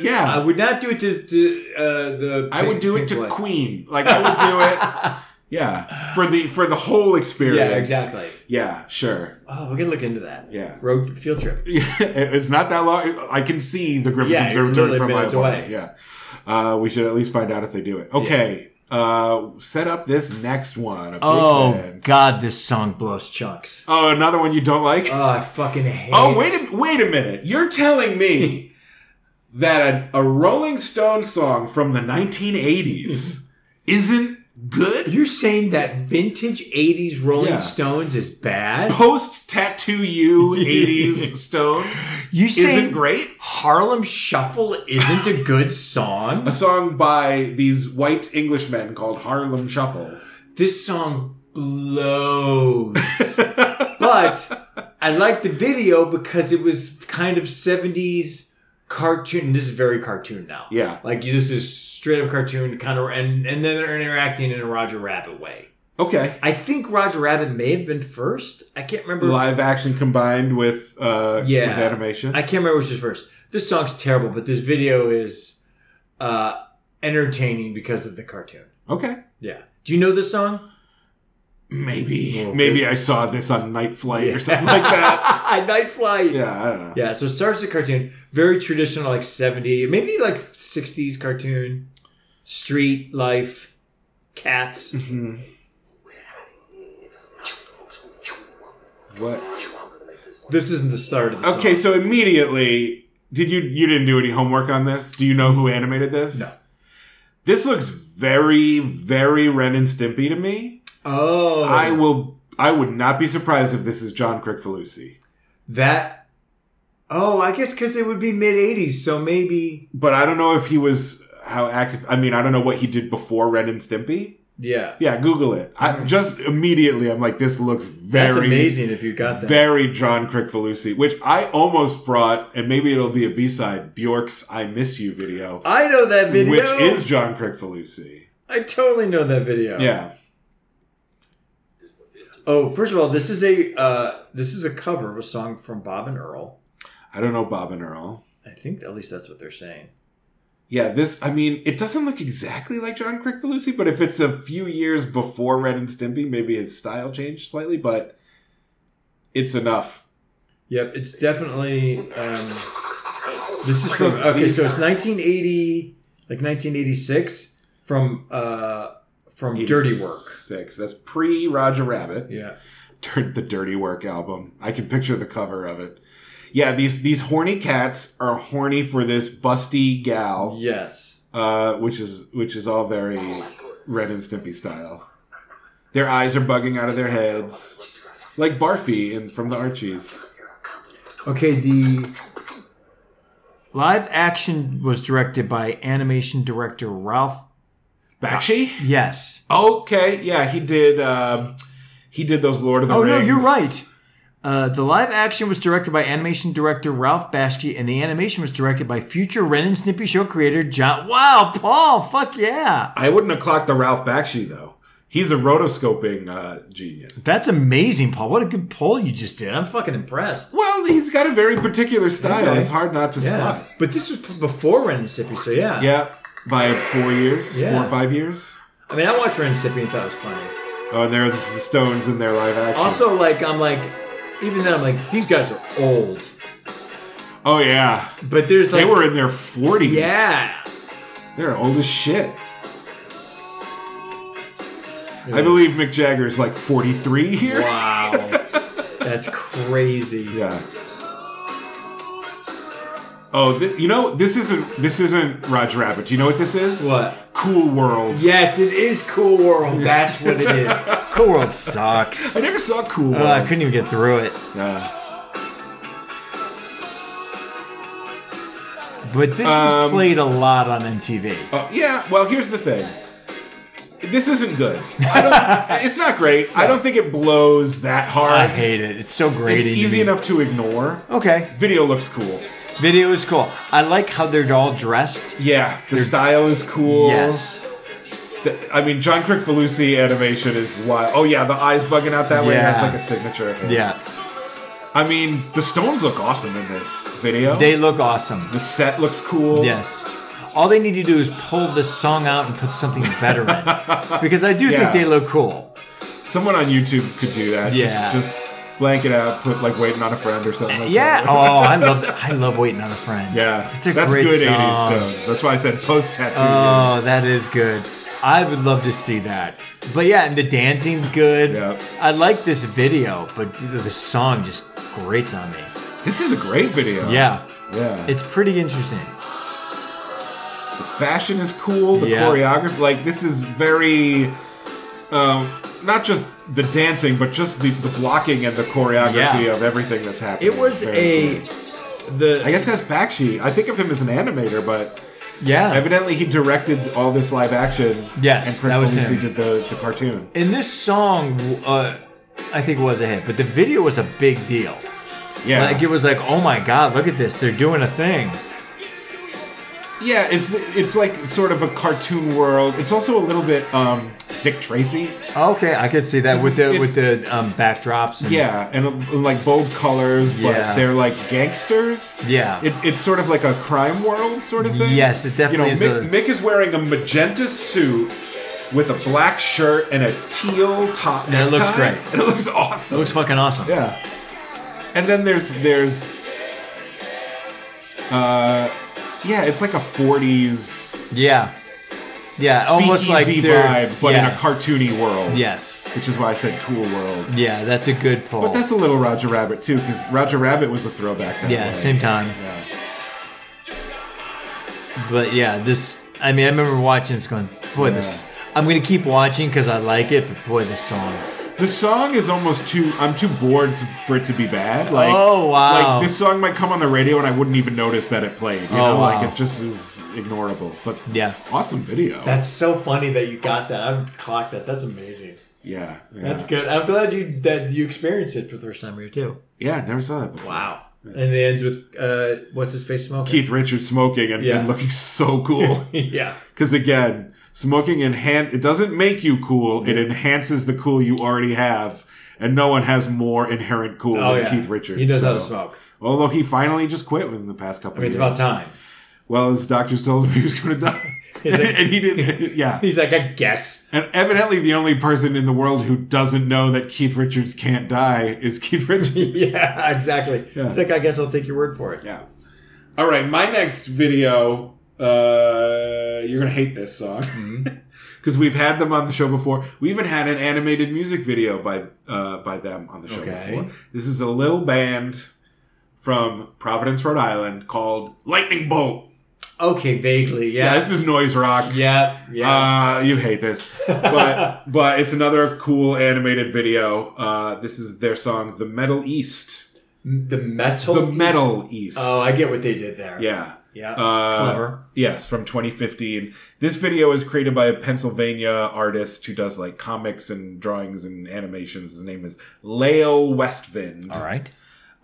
Speaker 1: yeah.
Speaker 2: I would not do it to, to uh, the.
Speaker 1: I would do it
Speaker 2: Pink
Speaker 1: to
Speaker 2: Floyd.
Speaker 1: Queen. Like I would do it. Yeah, for the for the whole experience.
Speaker 2: Yeah, exactly.
Speaker 1: Yeah, sure.
Speaker 2: Oh, we're gonna look into that.
Speaker 1: Yeah.
Speaker 2: road field trip.
Speaker 1: Yeah, it's not that long. I can see the Griffith
Speaker 2: Yeah, it's
Speaker 1: Observatory
Speaker 2: literally
Speaker 1: from my
Speaker 2: minutes
Speaker 1: apartment.
Speaker 2: away.
Speaker 1: Yeah, uh, we should at least find out if they do it. Okay, uh, set up this next one. A big
Speaker 3: Oh
Speaker 1: band.
Speaker 3: God, this song blows.
Speaker 2: Blows chunks.
Speaker 1: Oh, another one you don't like.
Speaker 2: Oh, I fucking hate.
Speaker 1: oh, wait a wait a minute. You're telling me that a, a Rolling Stone song from the 1980s
Speaker 2: Mm-hmm.
Speaker 1: isn't good?
Speaker 2: You're saying that vintage '80s Rolling
Speaker 1: Yeah.
Speaker 2: Stones is bad?
Speaker 1: post tattoo you 80s stones
Speaker 3: You
Speaker 1: isn't
Speaker 3: saying
Speaker 1: great.
Speaker 2: Harlem Shuffle isn't a good song.
Speaker 1: A song by these white Englishmen called Harlem Shuffle.
Speaker 2: This song blows. but I like the video because it was kind of '70s cartoon. This is very cartoon now.
Speaker 1: Yeah.
Speaker 2: Like this is straight up cartoon kind of, and and then they're interacting in a Roger Rabbit way.
Speaker 1: Okay.
Speaker 2: I think Roger Rabbit may have been first. I can't remember.
Speaker 1: Live action combined with uh
Speaker 2: Yeah.
Speaker 1: with animation.
Speaker 2: I can't remember which is first. This song's terrible, but this video is uh, entertaining because of the cartoon.
Speaker 1: okay.
Speaker 2: Yeah. Do you know this song?
Speaker 1: Maybe
Speaker 2: Well,
Speaker 1: maybe I saw this on Night Flight or something like that.
Speaker 2: Night Flight.
Speaker 1: Yeah, I don't know.
Speaker 2: Yeah, so it starts the cartoon, very traditional, like 70, maybe like 60s cartoon, street life, cats.
Speaker 1: What?
Speaker 2: this isn't the start of the song.
Speaker 1: Okay, so immediately did you you didn't do any homework on this? Do you know who animated this?
Speaker 2: No.
Speaker 1: This looks very very Ren and Stimpy to me.
Speaker 2: Oh.
Speaker 1: I will. I would not be surprised if this is John Crickfalusi,
Speaker 2: That. Oh, I guess because it would be mid 80s, so maybe.
Speaker 1: but I don't know if he was how active. I mean, I don't know what he did before Ren and Stimpy.
Speaker 2: Yeah.
Speaker 1: Yeah, Google it. I just immediately, I'm like, this looks very
Speaker 2: Mm-hmm. That's amazing if you got that.
Speaker 1: Very John Crickfalusi, which I almost brought, and maybe it'll be a B side Bjork's "I Miss You" video,
Speaker 2: I know that video.
Speaker 1: which is John Crickfalusi.
Speaker 2: I totally know that video.
Speaker 1: Yeah,
Speaker 2: Oh, first of all, this is a uh, this is a cover of a song from Bob and Earl.
Speaker 1: I don't know Bob and Earl.
Speaker 2: I think at least that's what they're saying.
Speaker 1: Yeah, this. I mean, it doesn't look exactly like John Crickfalusi, but if it's a few years before Red and Stimpy, maybe his style changed slightly, but it's enough.
Speaker 2: Yep, it's definitely. Um, this is from okay, so it's 1980, like 1986 from uh, from Dirty Work.
Speaker 1: Six. That's pre Roger Rabbit.
Speaker 2: Yeah,
Speaker 1: Dirt- The Dirty Work album. I can picture the cover of it. Yeah, these these horny cats are horny for this busty gal,
Speaker 2: yes.
Speaker 1: uh, which is which is all very Red and Stimpy style. Their eyes are bugging out of their heads, like Barfy in from the Archies.
Speaker 6: Okay, the
Speaker 2: Live action was directed by animation director Ralph.
Speaker 1: Bakshi?
Speaker 2: Yes.
Speaker 1: Okay, yeah, he did. Uh, he did those Lord of the
Speaker 2: Oh
Speaker 1: Rings.
Speaker 2: no, you're right. Uh, the live action was directed by animation director Ralph Bashki, and the animation was directed by future Ren and Snippy show creator John. Wow, Paul, fuck yeah,
Speaker 1: I wouldn't have clocked the Ralph Bakshi though. He's a rotoscoping uh, genius.
Speaker 2: that's amazing, Paul. What a good poll you just did. I'm fucking impressed.
Speaker 1: Well, he's got a very particular style.
Speaker 2: Okay.
Speaker 1: It's hard not to
Speaker 6: yeah,
Speaker 1: spot.
Speaker 6: but this was p- before Ren and Stimpy, so yeah.
Speaker 1: Yeah, by four years,
Speaker 6: Yeah.
Speaker 1: four or five years.
Speaker 6: I mean, I watched Ren and Stimpy and thought it was funny.
Speaker 1: Oh, and there's the Stones in their live action.
Speaker 6: Also, like I'm like, even then I'm like, these guys are old,
Speaker 1: oh yeah,
Speaker 6: but there's like
Speaker 1: they were in their forties.
Speaker 6: yeah.
Speaker 1: they're old as shit. I believe Mick Jagger's like forty three here.
Speaker 6: Wow, that's crazy.
Speaker 1: Yeah. Oh, th- you know this isn't this isn't Roger Rabbit. Do you know what this is?
Speaker 6: What?
Speaker 1: Cool World.
Speaker 6: Yes, it is Cool World. That's what it is.
Speaker 2: Cool World sucks.
Speaker 1: I never saw Cool World.
Speaker 2: Uh, I couldn't even get through it.
Speaker 1: Uh,
Speaker 2: But this
Speaker 1: Um,
Speaker 2: was played a lot on MTV.
Speaker 1: oh, yeah. Well, here's the thing. This isn't good. I don't, it's not great. I don't think it blows that
Speaker 2: I
Speaker 1: hard.
Speaker 2: hate it. It's so grating.
Speaker 1: It's
Speaker 2: to
Speaker 1: easy
Speaker 2: me.
Speaker 1: enough to ignore.
Speaker 2: Okay,
Speaker 1: Video looks cool.
Speaker 2: video is cool. I like how they're all dressed.
Speaker 1: Yeah, the style is cool.
Speaker 2: Yes.
Speaker 1: The- I mean, John Crickfalusi animation is wild. Oh yeah, the eyes bugging out that way.
Speaker 2: Yeah.
Speaker 1: That's like a signature. of his.
Speaker 2: Yeah,
Speaker 1: I mean, the Stones look awesome in this video.
Speaker 2: they look awesome.
Speaker 1: the set looks cool.
Speaker 2: Yes. All they need to do is pull this song out and put something better in. Because I do
Speaker 1: Yeah.
Speaker 2: think they look cool.
Speaker 1: Someone on YouTube could do that.
Speaker 2: Yeah.
Speaker 1: Just, just blank it out, put like waiting on a friend or something. like
Speaker 2: Yeah.
Speaker 1: that.
Speaker 2: Oh, I love I love waiting on a friend.
Speaker 1: Yeah.
Speaker 2: It's a
Speaker 1: That's
Speaker 2: great
Speaker 1: good
Speaker 2: song.
Speaker 1: 80s Stones. That's why I said post tattoo.
Speaker 2: Oh, that is good. I would love to see that. But yeah, and the dancing's good.
Speaker 1: Yeah.
Speaker 2: I like this video, but the song just grates on me.
Speaker 1: This is a great video.
Speaker 2: Yeah.
Speaker 1: Yeah.
Speaker 2: It's pretty interesting.
Speaker 1: the fashion is cool. The
Speaker 2: Yeah.
Speaker 1: choreography. Like, this is very. Um, not just the dancing, but just the, the blocking and the choreography
Speaker 2: Yeah.
Speaker 1: of everything that's happening.
Speaker 6: It was
Speaker 1: Very
Speaker 6: a
Speaker 1: cool.
Speaker 6: the
Speaker 1: I guess that's Bakshi. I think of him as an animator, but
Speaker 2: Yeah.
Speaker 1: Evidently, he directed all this live action.
Speaker 2: Yes,
Speaker 1: and
Speaker 2: that
Speaker 1: Prince
Speaker 2: was
Speaker 1: Felucci
Speaker 2: him.
Speaker 1: did the, the cartoon.
Speaker 2: and this song uh, I think was a hit, but the video was a big deal.
Speaker 1: Yeah,
Speaker 2: Like it was like, oh my god, look at this! They're doing a thing.
Speaker 1: yeah. It's it's like sort of a cartoon world. It's also a little bit um, Dick Tracy.
Speaker 2: Okay, I could see that with the
Speaker 1: It's-
Speaker 2: with the um, backdrops. And,
Speaker 1: Yeah, and, uh, like bold colors, but
Speaker 2: Yeah.
Speaker 1: they're like gangsters.
Speaker 2: Yeah.
Speaker 1: it, it's sort of like a crime world sort of thing.
Speaker 2: Yes, it definitely is
Speaker 1: You know,
Speaker 2: a-
Speaker 1: Mick, Mick is wearing a magenta suit. With a black shirt and a teal top
Speaker 2: And it looks
Speaker 1: necktie,
Speaker 2: great.
Speaker 1: And it looks awesome.
Speaker 2: it looks fucking awesome.
Speaker 1: Yeah. And then there's there's uh yeah, it's like a 40s
Speaker 2: yeah, yeah. Almost like
Speaker 1: speakeasy
Speaker 2: they're-
Speaker 1: vibe, but
Speaker 2: yeah.
Speaker 1: in a cartoony world.
Speaker 2: Yes,
Speaker 1: Which is why I said cool world.
Speaker 2: yeah, that's a good poll.
Speaker 1: But that's a little Roger Rabbit too, because Roger Rabbit was a throwback. That
Speaker 2: yeah,
Speaker 1: way.
Speaker 2: same time.
Speaker 1: Yeah.
Speaker 2: But yeah, this. I mean, I remember watching this, going, boy, this. I'm gonna keep watching because I like it, but boy, this song.
Speaker 1: The song is almost too. I'm too bored to, for it to be bad. Like,
Speaker 2: Oh, wow.
Speaker 1: Like this song might come on the radio and I wouldn't even notice that it played. You
Speaker 2: Oh,
Speaker 1: know,
Speaker 2: wow.
Speaker 1: like it just is ignorable. But
Speaker 2: Yeah.
Speaker 1: awesome video.
Speaker 6: that's so funny that you got that. I clocked that. That's amazing.
Speaker 1: yeah, yeah,
Speaker 6: That's good. I'm glad you that you experienced it for the first time here too.
Speaker 1: Yeah, never saw that before.
Speaker 6: Wow. And it ends with uh, what's his face smoking.
Speaker 1: Keith Richards smoking and,
Speaker 6: Yeah.
Speaker 1: and looking so cool.
Speaker 6: yeah.
Speaker 1: Because again, smoking enhan it doesn't make you cool. It enhances the cool you already have, and no one has more inherent cool
Speaker 6: Oh
Speaker 1: than
Speaker 6: yeah.
Speaker 1: Keith Richards.
Speaker 6: He knows how to
Speaker 1: So-
Speaker 6: smoke.
Speaker 1: Although he finally just quit within the past couple.
Speaker 6: I mean, it's
Speaker 1: of years.
Speaker 6: about time.
Speaker 1: Well, his doctors told him he was going to die,
Speaker 6: He's like-
Speaker 1: and he didn't. Yeah,
Speaker 6: He's like, I guess.
Speaker 1: and evidently the only person in the world who doesn't know that Keith Richards can't die is Keith Richards.
Speaker 6: yeah, exactly.
Speaker 1: Yeah.
Speaker 6: He's like, I guess I'll take your word for it.
Speaker 1: yeah. All right, my next video. Uh, you're gonna hate this song.
Speaker 7: Mm-hmm.
Speaker 1: because we've had them on the show before. We even had an animated music video by uh, by them on the show
Speaker 6: Okay.
Speaker 1: before. This is a little band from Providence, Rhode Island called Lightning Bolt.
Speaker 7: Okay, vaguely.
Speaker 1: Yeah,
Speaker 7: Yeah.
Speaker 1: this is noise rock.
Speaker 7: yeah. Yeah.
Speaker 1: Uh, you hate this, but but it's another cool animated video. Uh, this is their song, "The Metal East."
Speaker 7: the metal.
Speaker 1: The Metal East.
Speaker 7: Oh, I get what they did there.
Speaker 1: yeah.
Speaker 7: Yeah.
Speaker 1: Uh,
Speaker 7: Clever.
Speaker 1: Yes, from 2015. This video is created by a Pennsylvania artist who does like comics and drawings and animations. His name is Lale Westvind.
Speaker 2: All right.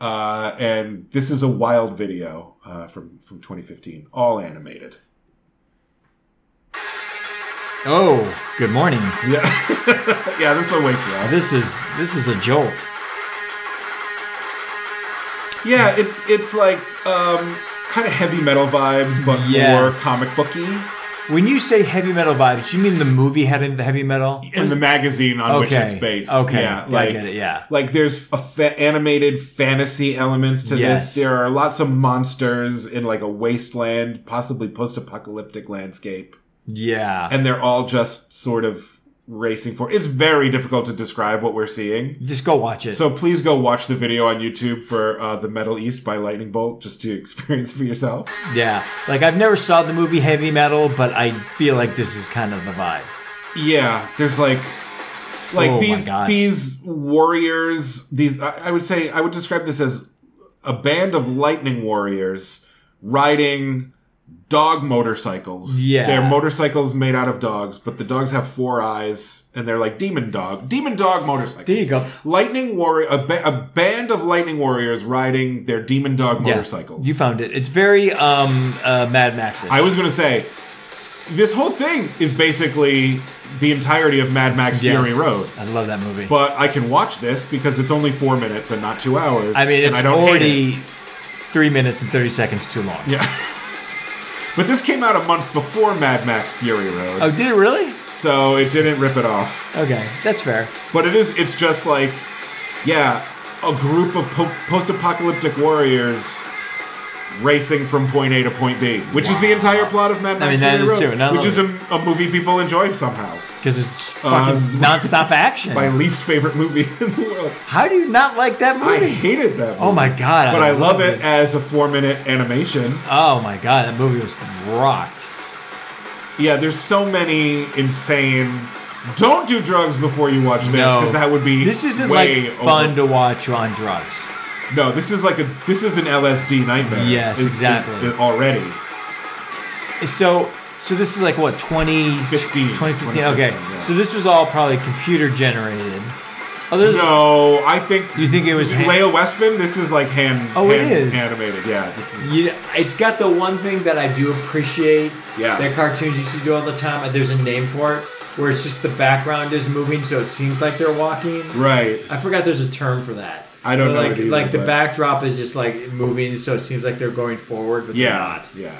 Speaker 1: Uh, and this is a wild video uh, from from 2015, all animated.
Speaker 2: Oh, good morning.
Speaker 1: Yeah, yeah, this will wake you up.
Speaker 2: This is this is a jolt.
Speaker 1: Yeah, it's it's like um, kind of heavy metal vibes, but
Speaker 2: Yes.
Speaker 1: more comic booky.
Speaker 2: When you say heavy metal vibes, you mean the movie had the heavy metal?
Speaker 1: in the magazine on which
Speaker 2: Okay.
Speaker 1: it's based.
Speaker 2: Okay.
Speaker 1: yeah,
Speaker 2: I
Speaker 1: like,
Speaker 2: get it, yeah.
Speaker 1: like there's a fa- animated fantasy elements to
Speaker 2: Yes.
Speaker 1: this. There are lots of monsters in like a wasteland, possibly post-apocalyptic landscape,
Speaker 2: Yeah.
Speaker 1: and they're all just sort of racing for. It's very difficult to describe what we're seeing.
Speaker 2: Just go watch it.
Speaker 1: So please go watch the video on YouTube for uh, the Metal East by Lightning Bolt just to experience for yourself.
Speaker 2: yeah. Like I've never saw the movie Heavy Metal, but I feel like this is kind of the vibe.
Speaker 1: Yeah, there's like like
Speaker 2: Oh my
Speaker 1: these
Speaker 2: God.
Speaker 1: these warriors, these I, I would say I would describe this as a band of lightning warriors riding dog motorcycles.
Speaker 2: Yeah.
Speaker 1: They're motorcycles made out of dogs, but the dogs have four eyes and they're like demon dog. Demon dog motorcycles.
Speaker 2: There you go.
Speaker 1: Lightning warrior a, ba- a band of lightning warriors riding their demon dog
Speaker 2: Yeah.
Speaker 1: motorcycles.
Speaker 2: You found it. It's very um uh, Mad Max.
Speaker 1: I was going to say, this whole thing is basically the entirety of Mad Max Fury Road.
Speaker 2: I love that movie.
Speaker 1: But I can watch this because it's only four minutes and not two hours.
Speaker 2: I mean,
Speaker 1: and
Speaker 2: it's
Speaker 1: hate
Speaker 2: already
Speaker 1: it.
Speaker 2: three minutes and thirty seconds too long.
Speaker 1: Yeah. But this came out a month before Mad Max Fury Road,
Speaker 2: Oh, did it really?
Speaker 1: so it didn't rip it off.
Speaker 2: Okay, that's fair.
Speaker 1: But it is, it's just like, yeah, a group of po- post apocalyptic warriors racing from point A to point B, which is the entire plot of Mad Max
Speaker 2: I mean, that
Speaker 1: Fury
Speaker 2: is
Speaker 1: Road,
Speaker 2: true, and I
Speaker 1: which
Speaker 2: love
Speaker 1: is a, a movie people enjoy somehow.
Speaker 2: Because it's fucking
Speaker 1: Uh,
Speaker 2: nonstop action.
Speaker 1: My least favorite movie in the world.
Speaker 2: How do you not like that
Speaker 1: I
Speaker 2: movie?
Speaker 1: hated that. Movie,
Speaker 2: Oh my god!
Speaker 1: But I love it as a four-minute animation.
Speaker 2: Oh my god, that movie was rocked.
Speaker 1: Yeah, there's so many insane. Don't do drugs before you watch this because that would be
Speaker 2: This isn't
Speaker 1: way
Speaker 2: like fun
Speaker 1: over-
Speaker 2: to watch on drugs.
Speaker 1: No, this is like a this is an LSD nightmare.
Speaker 2: Yes,
Speaker 1: is- is-
Speaker 2: exactly.
Speaker 1: is already.
Speaker 2: So, so this is like what 20,
Speaker 1: 15,
Speaker 2: 2015? Okay,
Speaker 1: 2015, yeah.
Speaker 2: so this was all probably computer generated. Oh, there's
Speaker 1: No, I think
Speaker 2: You think it was hand-
Speaker 1: Leia Westman. This is like hand.
Speaker 2: Oh, it
Speaker 1: hand
Speaker 2: is.
Speaker 1: animated. Yeah, this is.
Speaker 7: Yeah, it's got the one thing that I do appreciate.
Speaker 1: Yeah.
Speaker 7: That cartoons used to do all the time. and There's a name for it, where it's just the background is moving, so it seems like they're walking.
Speaker 1: Right.
Speaker 7: I forgot there's a term for that.
Speaker 1: I don't
Speaker 7: But
Speaker 1: know
Speaker 7: Like,
Speaker 1: it either,
Speaker 7: like the
Speaker 1: but-
Speaker 7: backdrop is just like moving, so it seems like they're going forward, but they're
Speaker 1: Yeah.
Speaker 7: not.
Speaker 1: Yeah.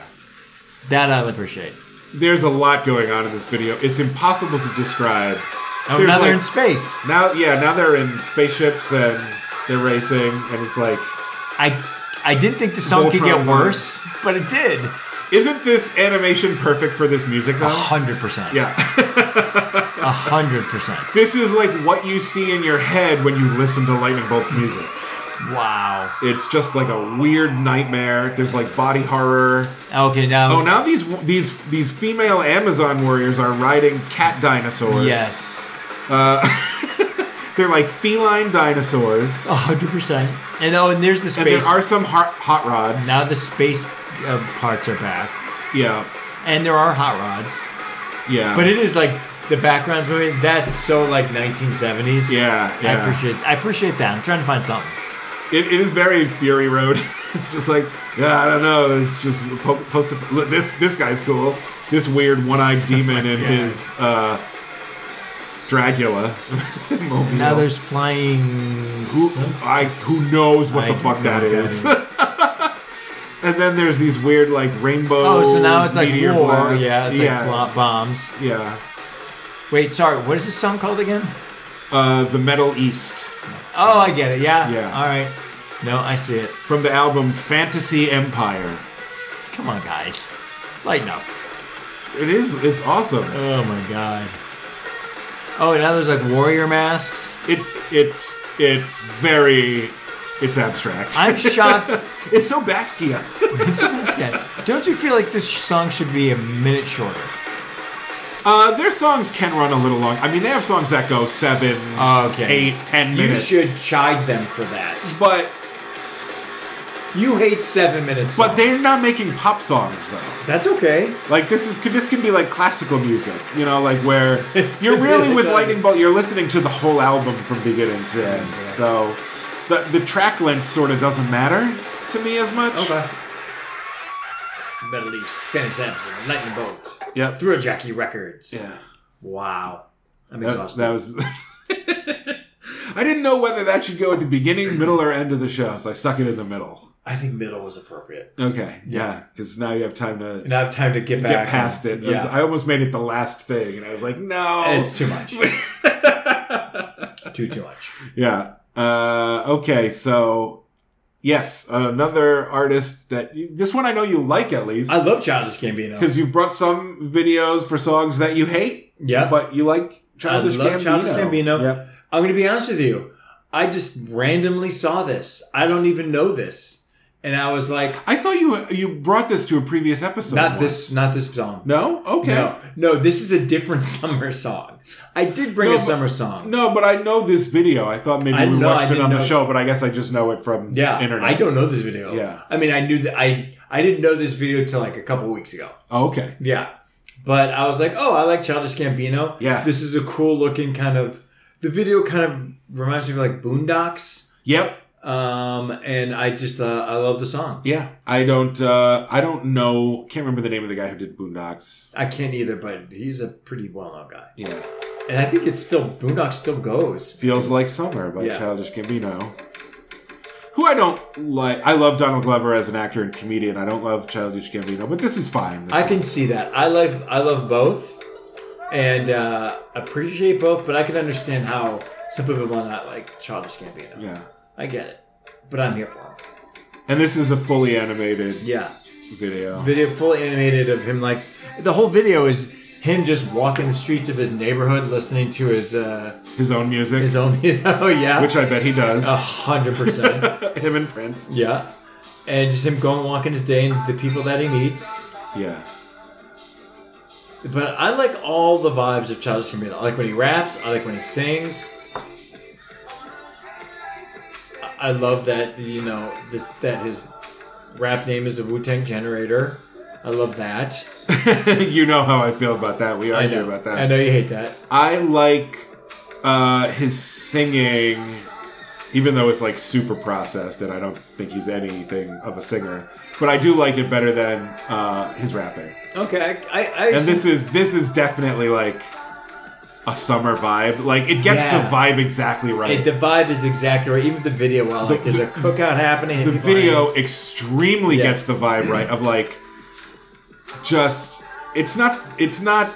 Speaker 2: that I appreciate.
Speaker 1: There's a lot going on in this video. It's impossible to describe.
Speaker 2: Oh,
Speaker 1: There's
Speaker 2: now they're
Speaker 1: like-
Speaker 2: in space.
Speaker 1: Now, yeah, now they're in spaceships and they're racing, and it's like,
Speaker 2: I I didn't think the song could
Speaker 1: Voltron
Speaker 2: get
Speaker 1: vibes.
Speaker 2: worse, but it did.
Speaker 1: isn't this animation perfect for this music
Speaker 2: A
Speaker 1: though?
Speaker 2: hundred percent.
Speaker 1: Yeah,
Speaker 2: A hundred percent.
Speaker 1: this is like what you see in your head when you listen to Lightning Bolt's music.
Speaker 2: Wow.
Speaker 1: It's just like a weird nightmare. There's like body horror.
Speaker 2: Okay, now.
Speaker 1: Oh, now these these these female Amazon warriors are riding cat dinosaurs.
Speaker 2: Yes.
Speaker 1: they're like feline dinosaurs,
Speaker 2: A hundred percent. And oh, and there's the
Speaker 1: and there
Speaker 2: space.
Speaker 1: are some hot, hot rods.
Speaker 2: now the space uh, parts are back,
Speaker 1: yeah,
Speaker 2: and there are hot rods.
Speaker 1: yeah,
Speaker 2: But it is like the backgrounds moving. That's so like
Speaker 7: 1970s.
Speaker 1: yeah, yeah.
Speaker 2: I appreciate. I appreciate that. I'm trying to find something.
Speaker 1: It, it is very Fury Road. it's just like, yeah, I don't know. It's just po- post. Look, this this guy's cool. This weird one-eyed demon and his uh, Dracula. mobile.
Speaker 2: Now there's flying.
Speaker 1: who, I who knows what
Speaker 2: I
Speaker 1: the
Speaker 2: don't
Speaker 1: fuck
Speaker 2: know
Speaker 1: that
Speaker 2: what that
Speaker 1: is. and then there's these weird like rainbow.
Speaker 2: Oh, so now it's like
Speaker 1: meteor
Speaker 2: war.
Speaker 1: blasts.
Speaker 2: Yeah, it's
Speaker 1: yeah,
Speaker 2: like blo- bombs.
Speaker 1: yeah.
Speaker 2: Wait, sorry. What is this song called again?
Speaker 1: Uh, the Metal East
Speaker 2: Oh, I get it. Yeah.
Speaker 1: Yeah.
Speaker 2: All right. No, I see it.
Speaker 1: from the album Fantasy Empire.
Speaker 2: Come on, guys. Lighten up.
Speaker 1: It is. It's awesome.
Speaker 2: Oh my god. Oh, and now there's like warrior masks.
Speaker 1: it's it's it's very It's abstract.
Speaker 3: I'm shocked.
Speaker 1: it's so Basquiat.
Speaker 3: It's a nice guy. Don't you feel like this song should be a minute shorter?
Speaker 1: Uh, their songs can run a little long. I mean, they have songs that go seven,
Speaker 3: Oh, okay.
Speaker 1: eight, ten
Speaker 2: You
Speaker 1: minutes.
Speaker 2: should chide them for that.
Speaker 1: but
Speaker 2: You hate seven minutes.
Speaker 1: but
Speaker 2: songs.
Speaker 1: they're not making pop songs though.
Speaker 2: That's okay.
Speaker 1: Like this is this can be like classical music, you know, like where you're really with
Speaker 2: done.
Speaker 1: Lightning Bolt, you're listening to the whole album from beginning to end. So the the track length sort of doesn't matter to me as much.
Speaker 2: Okay. But at least finish episode. Lightning bolt.
Speaker 1: Yeah.
Speaker 2: Through Jackie Records.
Speaker 1: Yeah.
Speaker 2: Wow. I'm
Speaker 1: That,
Speaker 2: exhausted.
Speaker 1: that was. I didn't know whether that should go at the beginning, middle, or end of the show, so I stuck it in the middle.
Speaker 2: I think middle was appropriate.
Speaker 1: Okay, yeah, because now you have time to
Speaker 2: And I have time to get back.
Speaker 1: get past it. I was-
Speaker 2: Yeah.
Speaker 1: I almost made it the last thing, and I was like, no,
Speaker 2: It's too much. too too much.
Speaker 1: Yeah. Uh, okay, so yes, another artist that you, this one I know you like at least
Speaker 2: I love Childish Gambino.
Speaker 1: because you've brought some videos for songs that you hate,
Speaker 2: yeah, but
Speaker 1: but you like Childish
Speaker 2: I love
Speaker 1: Gambino.
Speaker 2: Childish Gambino.
Speaker 1: Yep.
Speaker 2: I'm going to be honest with you. I just randomly saw this. I don't even know this, and I was like,
Speaker 1: I thought you you brought this to a previous episode.
Speaker 2: not
Speaker 1: once.
Speaker 2: this, not this song.
Speaker 1: No. Okay.
Speaker 2: No, no, this is a different summer song. I did bring
Speaker 1: No,
Speaker 2: a
Speaker 1: but-
Speaker 2: summer song.
Speaker 1: No, but I know this video. I thought maybe
Speaker 2: I
Speaker 1: we
Speaker 2: know, I
Speaker 1: watched it
Speaker 2: didn't
Speaker 1: on the
Speaker 2: know-
Speaker 1: show, but I guess I just know it from
Speaker 2: yeah,
Speaker 1: the internet.
Speaker 2: I don't know this video.
Speaker 1: Yeah.
Speaker 2: I mean, I knew that I I didn't know this video till like a couple weeks ago.
Speaker 1: Oh, okay.
Speaker 2: Yeah, but I was like, oh, I like Childish Gambino.
Speaker 1: Yeah.
Speaker 2: this is a cool looking kind of. The video kind of reminds me of like Boondocks,
Speaker 1: Yep.
Speaker 2: um, and I just uh, I love the song.
Speaker 1: Yeah. I don't. uh I don't know. Can't remember the name of the guy who did Boondocks.
Speaker 2: I can't either, but he's a pretty well known guy,
Speaker 1: Yeah.
Speaker 2: and I think it's still Boondocks still goes.
Speaker 1: Feels Like Summer by
Speaker 2: Yeah.
Speaker 1: Childish Gambino. Who I don't like. I love Donald Glover as an actor and comedian. I don't love Childish Gambino, but this is fine. This
Speaker 2: I can see that. I love I love both, and uh, appreciate both. But I can understand how some people will not like Childish Gambino.
Speaker 1: Yeah.
Speaker 2: I get it, but I'm here for him.
Speaker 1: And this is a fully animated
Speaker 2: Yeah,
Speaker 1: video.
Speaker 2: video fully animated of him. Like the whole video is him just walking the streets of his neighborhood, listening to his uh,
Speaker 1: His own music,
Speaker 2: his own music. Oh yeah,
Speaker 1: which I bet he does.
Speaker 2: a hundred percent.
Speaker 1: Him and Prince.
Speaker 2: Yeah, and just him going walking his day and the people that he meets.
Speaker 1: Yeah.
Speaker 2: But I like all the vibes of Childish Gambino. I like when he raps. I like when he sings. I- I love that you know this, that his rap name is the Wu Tang Generator. I love that.
Speaker 1: you know how I feel about that. We
Speaker 2: I
Speaker 1: argue
Speaker 2: know
Speaker 1: about
Speaker 2: I
Speaker 1: that.
Speaker 2: know you hate that.
Speaker 1: I like uh, his singing, even though it's like super processed, and I don't think he's anything of a singer. But I do like it better than uh, his rapping.
Speaker 2: Okay, I, I, I
Speaker 1: And this is this is definitely like a summer vibe. Like it gets
Speaker 2: Yeah.
Speaker 1: the vibe exactly right.
Speaker 2: Hey, the vibe is exactly right. Even the video, while like
Speaker 1: The-
Speaker 2: there's a cookout happening, and
Speaker 1: the
Speaker 2: people
Speaker 1: video
Speaker 2: are-
Speaker 1: extremely
Speaker 2: Yeah.
Speaker 1: gets the vibe right of like just it's not it's not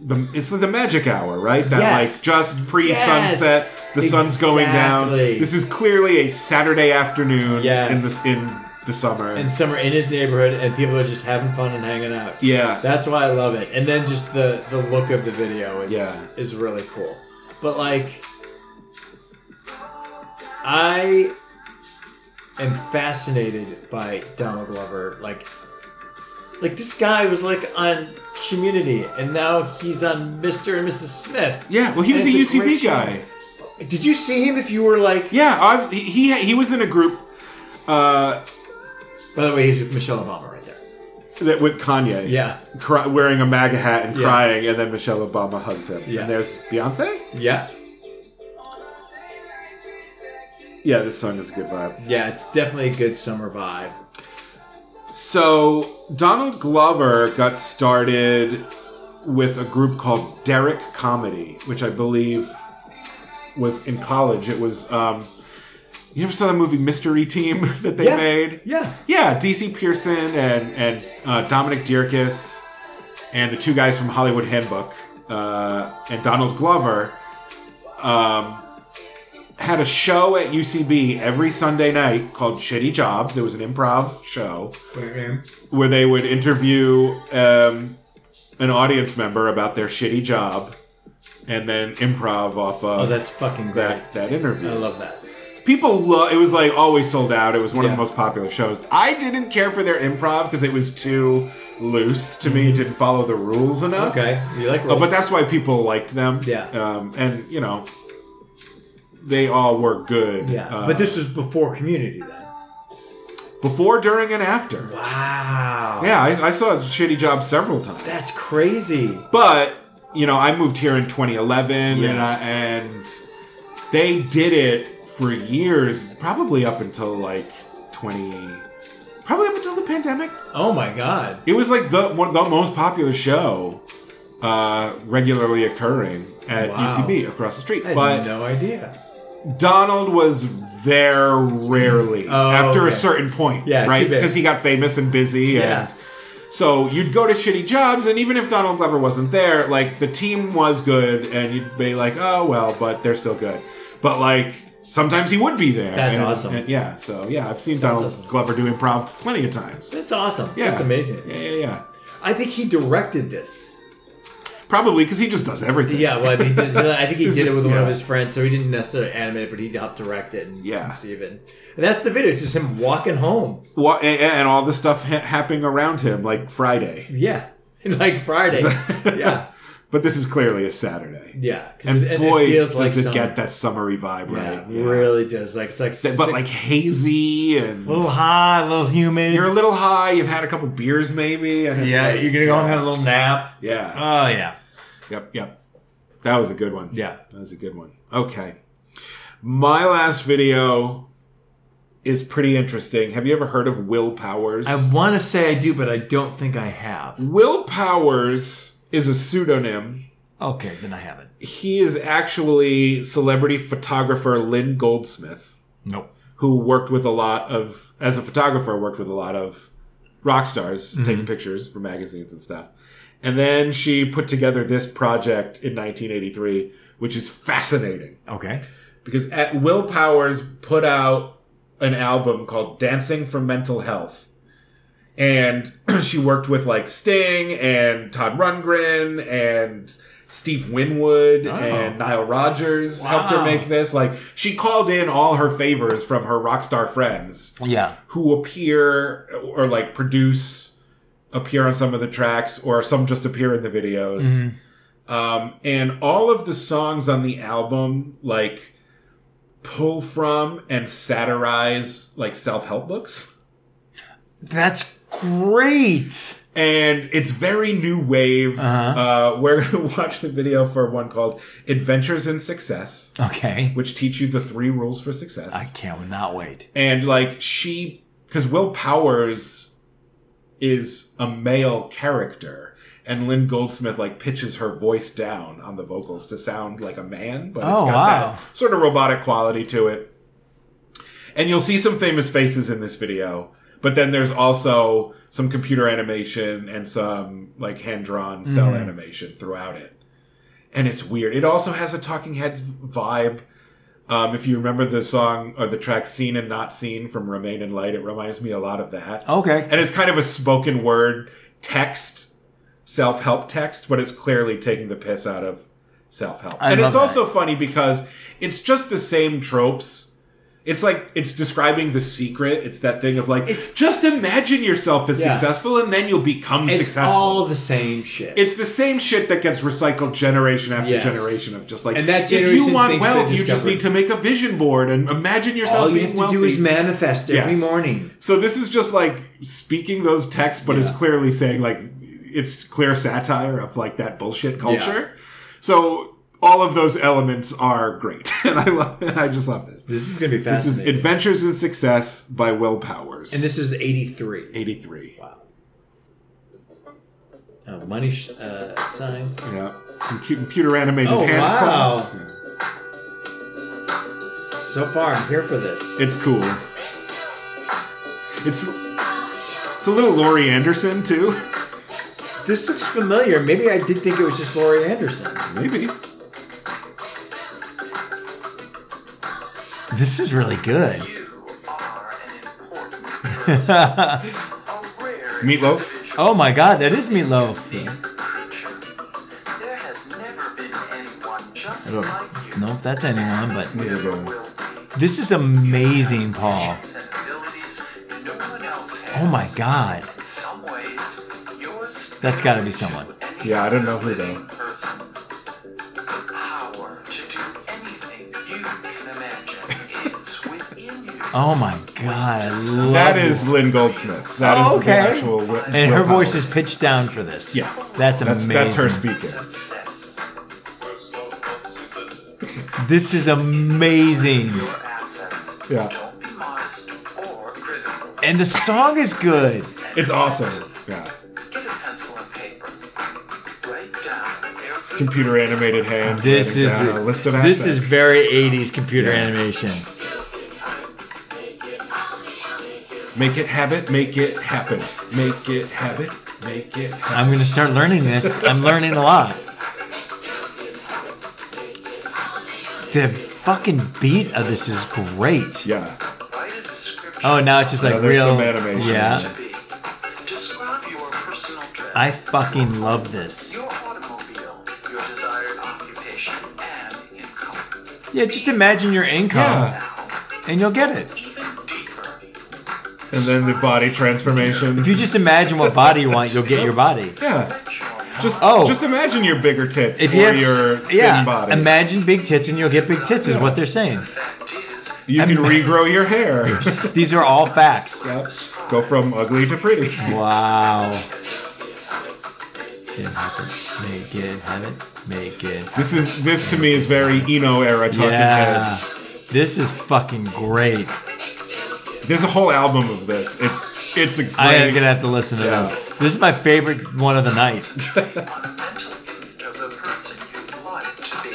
Speaker 1: the it's the magic hour right that
Speaker 2: Yes.
Speaker 1: like just pre sunset
Speaker 2: Yes.
Speaker 1: the sun's going down
Speaker 2: Exactly.
Speaker 1: this is clearly a saturday afternoon
Speaker 2: Yes.
Speaker 1: in the in the summer
Speaker 2: and some are in his neighborhood, and people are just having fun and hanging out.
Speaker 1: yeah
Speaker 2: That's why I love it. And then just the the look of the video is
Speaker 1: Yeah.
Speaker 2: is really cool. But like I am fascinated by Donald Glover. Like like this guy was like on Community and now he's on Mr. and Mrs. Smith.
Speaker 1: yeah well he
Speaker 2: And
Speaker 1: was a
Speaker 2: it's a great
Speaker 1: ucb
Speaker 2: show.
Speaker 1: guy
Speaker 2: Did you see him if you were like
Speaker 1: yeah I've, he he- he was in a group uh
Speaker 2: By the way, he's with Michelle Obama right there.
Speaker 1: that with kanye
Speaker 2: Yeah.
Speaker 1: cry, wearing a maga hat and
Speaker 2: Yeah.
Speaker 1: crying and then michelle obama hugs him
Speaker 2: Yeah.
Speaker 1: and there's beyonce
Speaker 2: Yeah.
Speaker 1: yeah this song is a good vibe
Speaker 2: Yeah, it's definitely a good summer vibe.
Speaker 1: So Donald Glover got started with a group called Derek Comedy, which I believe was in college. It was um, you ever saw the movie Mystery Team that they
Speaker 2: Yeah.
Speaker 1: made?
Speaker 2: Yeah.
Speaker 1: Yeah, DC Pearson and and uh, Dominic Dierkis and the two guys from Hollywood Handbook uh, and Donald Glover um, had a show at UCB every Sunday night called Shitty Jobs. It was an improv show where they would interview um, an audience member about their shitty job and then improv off of
Speaker 2: Oh, that's fucking great.
Speaker 1: that that interview.
Speaker 2: I love that.
Speaker 1: people love. It was like always sold out. It was one of
Speaker 2: Yeah.
Speaker 1: the most popular shows. I didn't care for their improv because it was too loose to me. It didn't follow the rules enough.
Speaker 2: Mm. Okay, you like
Speaker 1: Uh,
Speaker 2: rules.
Speaker 1: but that's why people liked them.
Speaker 2: Yeah.
Speaker 1: Um, and you know, they all were good.
Speaker 2: yeah.
Speaker 1: Uh,
Speaker 2: but this was before Community then.
Speaker 1: before, during, and after.
Speaker 2: Wow.
Speaker 1: Yeah, I, I saw Shitty Job several times.
Speaker 2: That's crazy.
Speaker 1: but you know, I moved here in 2011, and
Speaker 2: Yeah.
Speaker 1: I, and they did it for years, probably up until like 20, probably up until the pandemic.
Speaker 2: Oh my god.
Speaker 1: It was like the one, the most popular show, uh, regularly occurring at
Speaker 2: Wow.
Speaker 1: UCB across the street.
Speaker 2: I had
Speaker 1: but
Speaker 2: no idea.
Speaker 1: Donald was there rarely
Speaker 2: Oh,
Speaker 1: after a
Speaker 2: okay.
Speaker 1: certain point,
Speaker 2: Yeah,
Speaker 1: right?
Speaker 2: too big.
Speaker 1: Because he got famous and busy,
Speaker 2: Yeah.
Speaker 1: and so you'd go to shitty jobs, and even if Donald Glover wasn't there, like the team was good, and you'd be like, oh well, but they're still good. But like sometimes he would be there.
Speaker 2: That's
Speaker 1: and-
Speaker 2: awesome.
Speaker 1: and yeah, so yeah, I've seen Donald
Speaker 2: awesome.
Speaker 1: Glover do improv plenty of times.
Speaker 2: That's awesome.
Speaker 1: Yeah,
Speaker 2: That's amazing.
Speaker 1: Yeah, yeah, yeah.
Speaker 2: I think he directed this.
Speaker 1: Probably because he just does everything.
Speaker 2: Yeah, well, I, mean, he did- I think he
Speaker 1: It's
Speaker 2: did it
Speaker 1: just-
Speaker 2: with one
Speaker 1: yeah.
Speaker 2: of his friends, so he didn't necessarily animate it, but he helped direct it and
Speaker 1: Yeah.
Speaker 2: conceive it. And that's the video. It's just him walking home.
Speaker 1: Wha- and, and all the stuff ha- happening around him, like Friday.
Speaker 2: Yeah. like Friday. yeah.
Speaker 1: But this is clearly a Saturday.
Speaker 2: Yeah. 'Cause
Speaker 1: And
Speaker 2: it- it
Speaker 1: boy,
Speaker 2: feels
Speaker 1: does
Speaker 2: like
Speaker 1: it
Speaker 2: summer.
Speaker 1: get that summery vibe,
Speaker 2: Yeah,
Speaker 1: right?
Speaker 2: it
Speaker 1: Yeah.
Speaker 2: really does. Like, it's like,
Speaker 1: Th- But like hazy and
Speaker 3: A little hot, a little humid.
Speaker 1: you're a little high. You've had a couple beers, maybe. And it's
Speaker 3: yeah,
Speaker 1: like-
Speaker 3: you're gonna go home and have a little nap.
Speaker 1: Yeah.
Speaker 3: Oh yeah,
Speaker 1: yep. Yep. That was a good one.
Speaker 3: Yeah.
Speaker 1: That was a good one. Okay. My last video is pretty interesting. Have you ever heard of Will Powers?
Speaker 3: I want to say I do, but I don't think I have.
Speaker 1: Will Powers is a pseudonym.
Speaker 3: Okay, then I haven't.
Speaker 1: He is actually celebrity photographer Lynn Goldsmith.
Speaker 3: Nope.
Speaker 1: who worked with a lot of as a photographer worked with a lot of rock stars taking pictures for magazines and stuff and then she put together this project in 1983 which is fascinating
Speaker 3: Okay.
Speaker 1: because at will powers put out an album called dancing for mental health and she worked with like sting and todd rundgren and steve winwood and nile rogers helped her
Speaker 3: Wow.
Speaker 1: make this like she called in all her favors from her rock star friends
Speaker 3: Yeah.
Speaker 1: who appear or like produce appear on some of the tracks or some just appear in the videos um, and all of the songs on the album like pull from and satirize like self-help books
Speaker 3: That's great.
Speaker 1: and it's very new wave uh-huh. we're gonna watch the video for one called adventures in success
Speaker 3: Okay.
Speaker 1: which teach you the three rules for success
Speaker 3: I cannot wait.
Speaker 1: and like she because will powers is a male character and lynn goldsmith like pitches her voice down on the vocals to sound like a man but it's
Speaker 3: Oh,
Speaker 1: got
Speaker 3: wow.
Speaker 1: that sort of robotic quality to it and you'll see some famous faces in this video but then there's also some computer animation and some like hand-drawn cell
Speaker 3: Mm-hmm.
Speaker 1: animation throughout it and it's weird it also has a talking heads vibe um, if you remember the song or the track "Seen and Not Seen" from Remain in Light, it reminds me a lot of that.
Speaker 2: Oh.
Speaker 3: Okay.
Speaker 1: And it's kind of a spoken word text, self help text, but it's clearly taking the piss out of self help.
Speaker 3: I
Speaker 1: And
Speaker 3: love
Speaker 1: it's
Speaker 3: that.
Speaker 1: also funny because it's just the same tropes. It's like it's describing the secret. It's that thing of like, it's just imagine yourself as
Speaker 2: Yeah.
Speaker 1: successful, and then you'll become
Speaker 2: it's
Speaker 1: successful.
Speaker 2: all the same shit.
Speaker 1: It's the same shit that gets recycled generation after
Speaker 2: Yes.
Speaker 1: generation of just like
Speaker 2: And that
Speaker 1: if you
Speaker 2: generation
Speaker 1: want
Speaker 2: thinks they
Speaker 1: wealth, you just
Speaker 2: discovered-
Speaker 1: need to make a vision board and imagine yourself
Speaker 2: all you
Speaker 1: being
Speaker 2: have to
Speaker 1: wealthy.
Speaker 2: do is manifest every
Speaker 1: Yes.
Speaker 2: morning.
Speaker 1: so this is just like speaking those texts, but it's clearly saying like it's clear satire of like that bullshit culture. So all of those elements are great, and I love and I just love this. This,
Speaker 2: This is going to be
Speaker 1: is
Speaker 2: fascinating.
Speaker 1: Adventures in Success by Will Powers,
Speaker 2: and this is 83.
Speaker 1: eighty three.
Speaker 2: Oh, money sh- uh, signs.
Speaker 1: Yeah, some cute computer animated
Speaker 2: Oh,
Speaker 1: hand
Speaker 2: wow.
Speaker 1: claps. Yeah.
Speaker 2: So far, I'm here for this.
Speaker 1: It's cool. It's it's a little Laurie Anderson too.
Speaker 2: This looks familiar. Maybe I did think it was just Laurie Anderson.
Speaker 1: Maybe.
Speaker 3: This is really good.
Speaker 1: Meatloaf.
Speaker 3: Oh my god, that is meatloaf.
Speaker 8: There has never been anyone
Speaker 3: I
Speaker 8: just
Speaker 3: don't
Speaker 8: like you.
Speaker 3: know if that's anyone, but
Speaker 1: Neither do I.
Speaker 2: This is amazing, Paul. Oh
Speaker 8: Oh
Speaker 2: my God. That's got to be someone.
Speaker 1: Yeah, I don't know who though.
Speaker 8: Power to do anything you can imagine is within you.
Speaker 2: Oh my God. I love
Speaker 1: That is Lynn Goldsmith. That is
Speaker 2: Oh, okay.
Speaker 1: the actual. wi-
Speaker 2: And her
Speaker 1: willpower.
Speaker 2: voice is pitched down for this.
Speaker 1: Yes.
Speaker 2: That's
Speaker 1: That's,
Speaker 2: amazing.
Speaker 1: that's her speaking.
Speaker 2: This is amazing.
Speaker 1: Yeah.
Speaker 8: Don't be modest or critical.
Speaker 2: And the song is good.
Speaker 1: It's awesome. Yeah.
Speaker 8: Get a pencil and paper. Write down every
Speaker 1: Computer animated hand.
Speaker 2: This
Speaker 1: writing
Speaker 2: is
Speaker 1: down a list of
Speaker 2: this
Speaker 1: assets.
Speaker 2: is very 80s computer animation.
Speaker 1: Make it habit, make it happen. Make it habit, make it happen.
Speaker 2: I'm gonna start learning this. I'm learning a lot. The fucking beat of this is great.
Speaker 1: Yeah.
Speaker 8: write a description.
Speaker 2: Oh, now it's just like
Speaker 1: Yeah, there's
Speaker 2: real
Speaker 1: some animation.
Speaker 2: Yeah,
Speaker 8: to be. Describe your personal dress.
Speaker 2: I fucking love this.
Speaker 8: your automobile, your desired occupation, and income.
Speaker 2: Yeah, just imagine your income
Speaker 1: Yeah.
Speaker 2: and you'll get it.
Speaker 8: Even deeper.
Speaker 1: And then the body transformation.
Speaker 2: If you just imagine what body you want, you'll get your body.
Speaker 1: yeah. Just
Speaker 2: Oh.
Speaker 1: just imagine your bigger tits
Speaker 2: If
Speaker 1: or
Speaker 2: you have,
Speaker 1: your thin
Speaker 2: yeah,
Speaker 1: body.
Speaker 2: imagine big tits and you'll get big tits is what they're saying.
Speaker 8: Fact is,
Speaker 1: you can regrow your hair.
Speaker 2: These are all facts.
Speaker 1: Yep. Go from ugly to pretty.
Speaker 2: Wow. Didn't happen. Make it happen. Make it.
Speaker 1: This is this to me is very Eno era talking
Speaker 2: Yeah.
Speaker 1: heads.
Speaker 2: This is fucking great.
Speaker 1: There's a whole album of this. It's it's a great
Speaker 2: I am gonna have to listen to
Speaker 1: Yeah.
Speaker 2: this. This is my favorite one of the night.
Speaker 8: on a mental image of the person you'd like to be.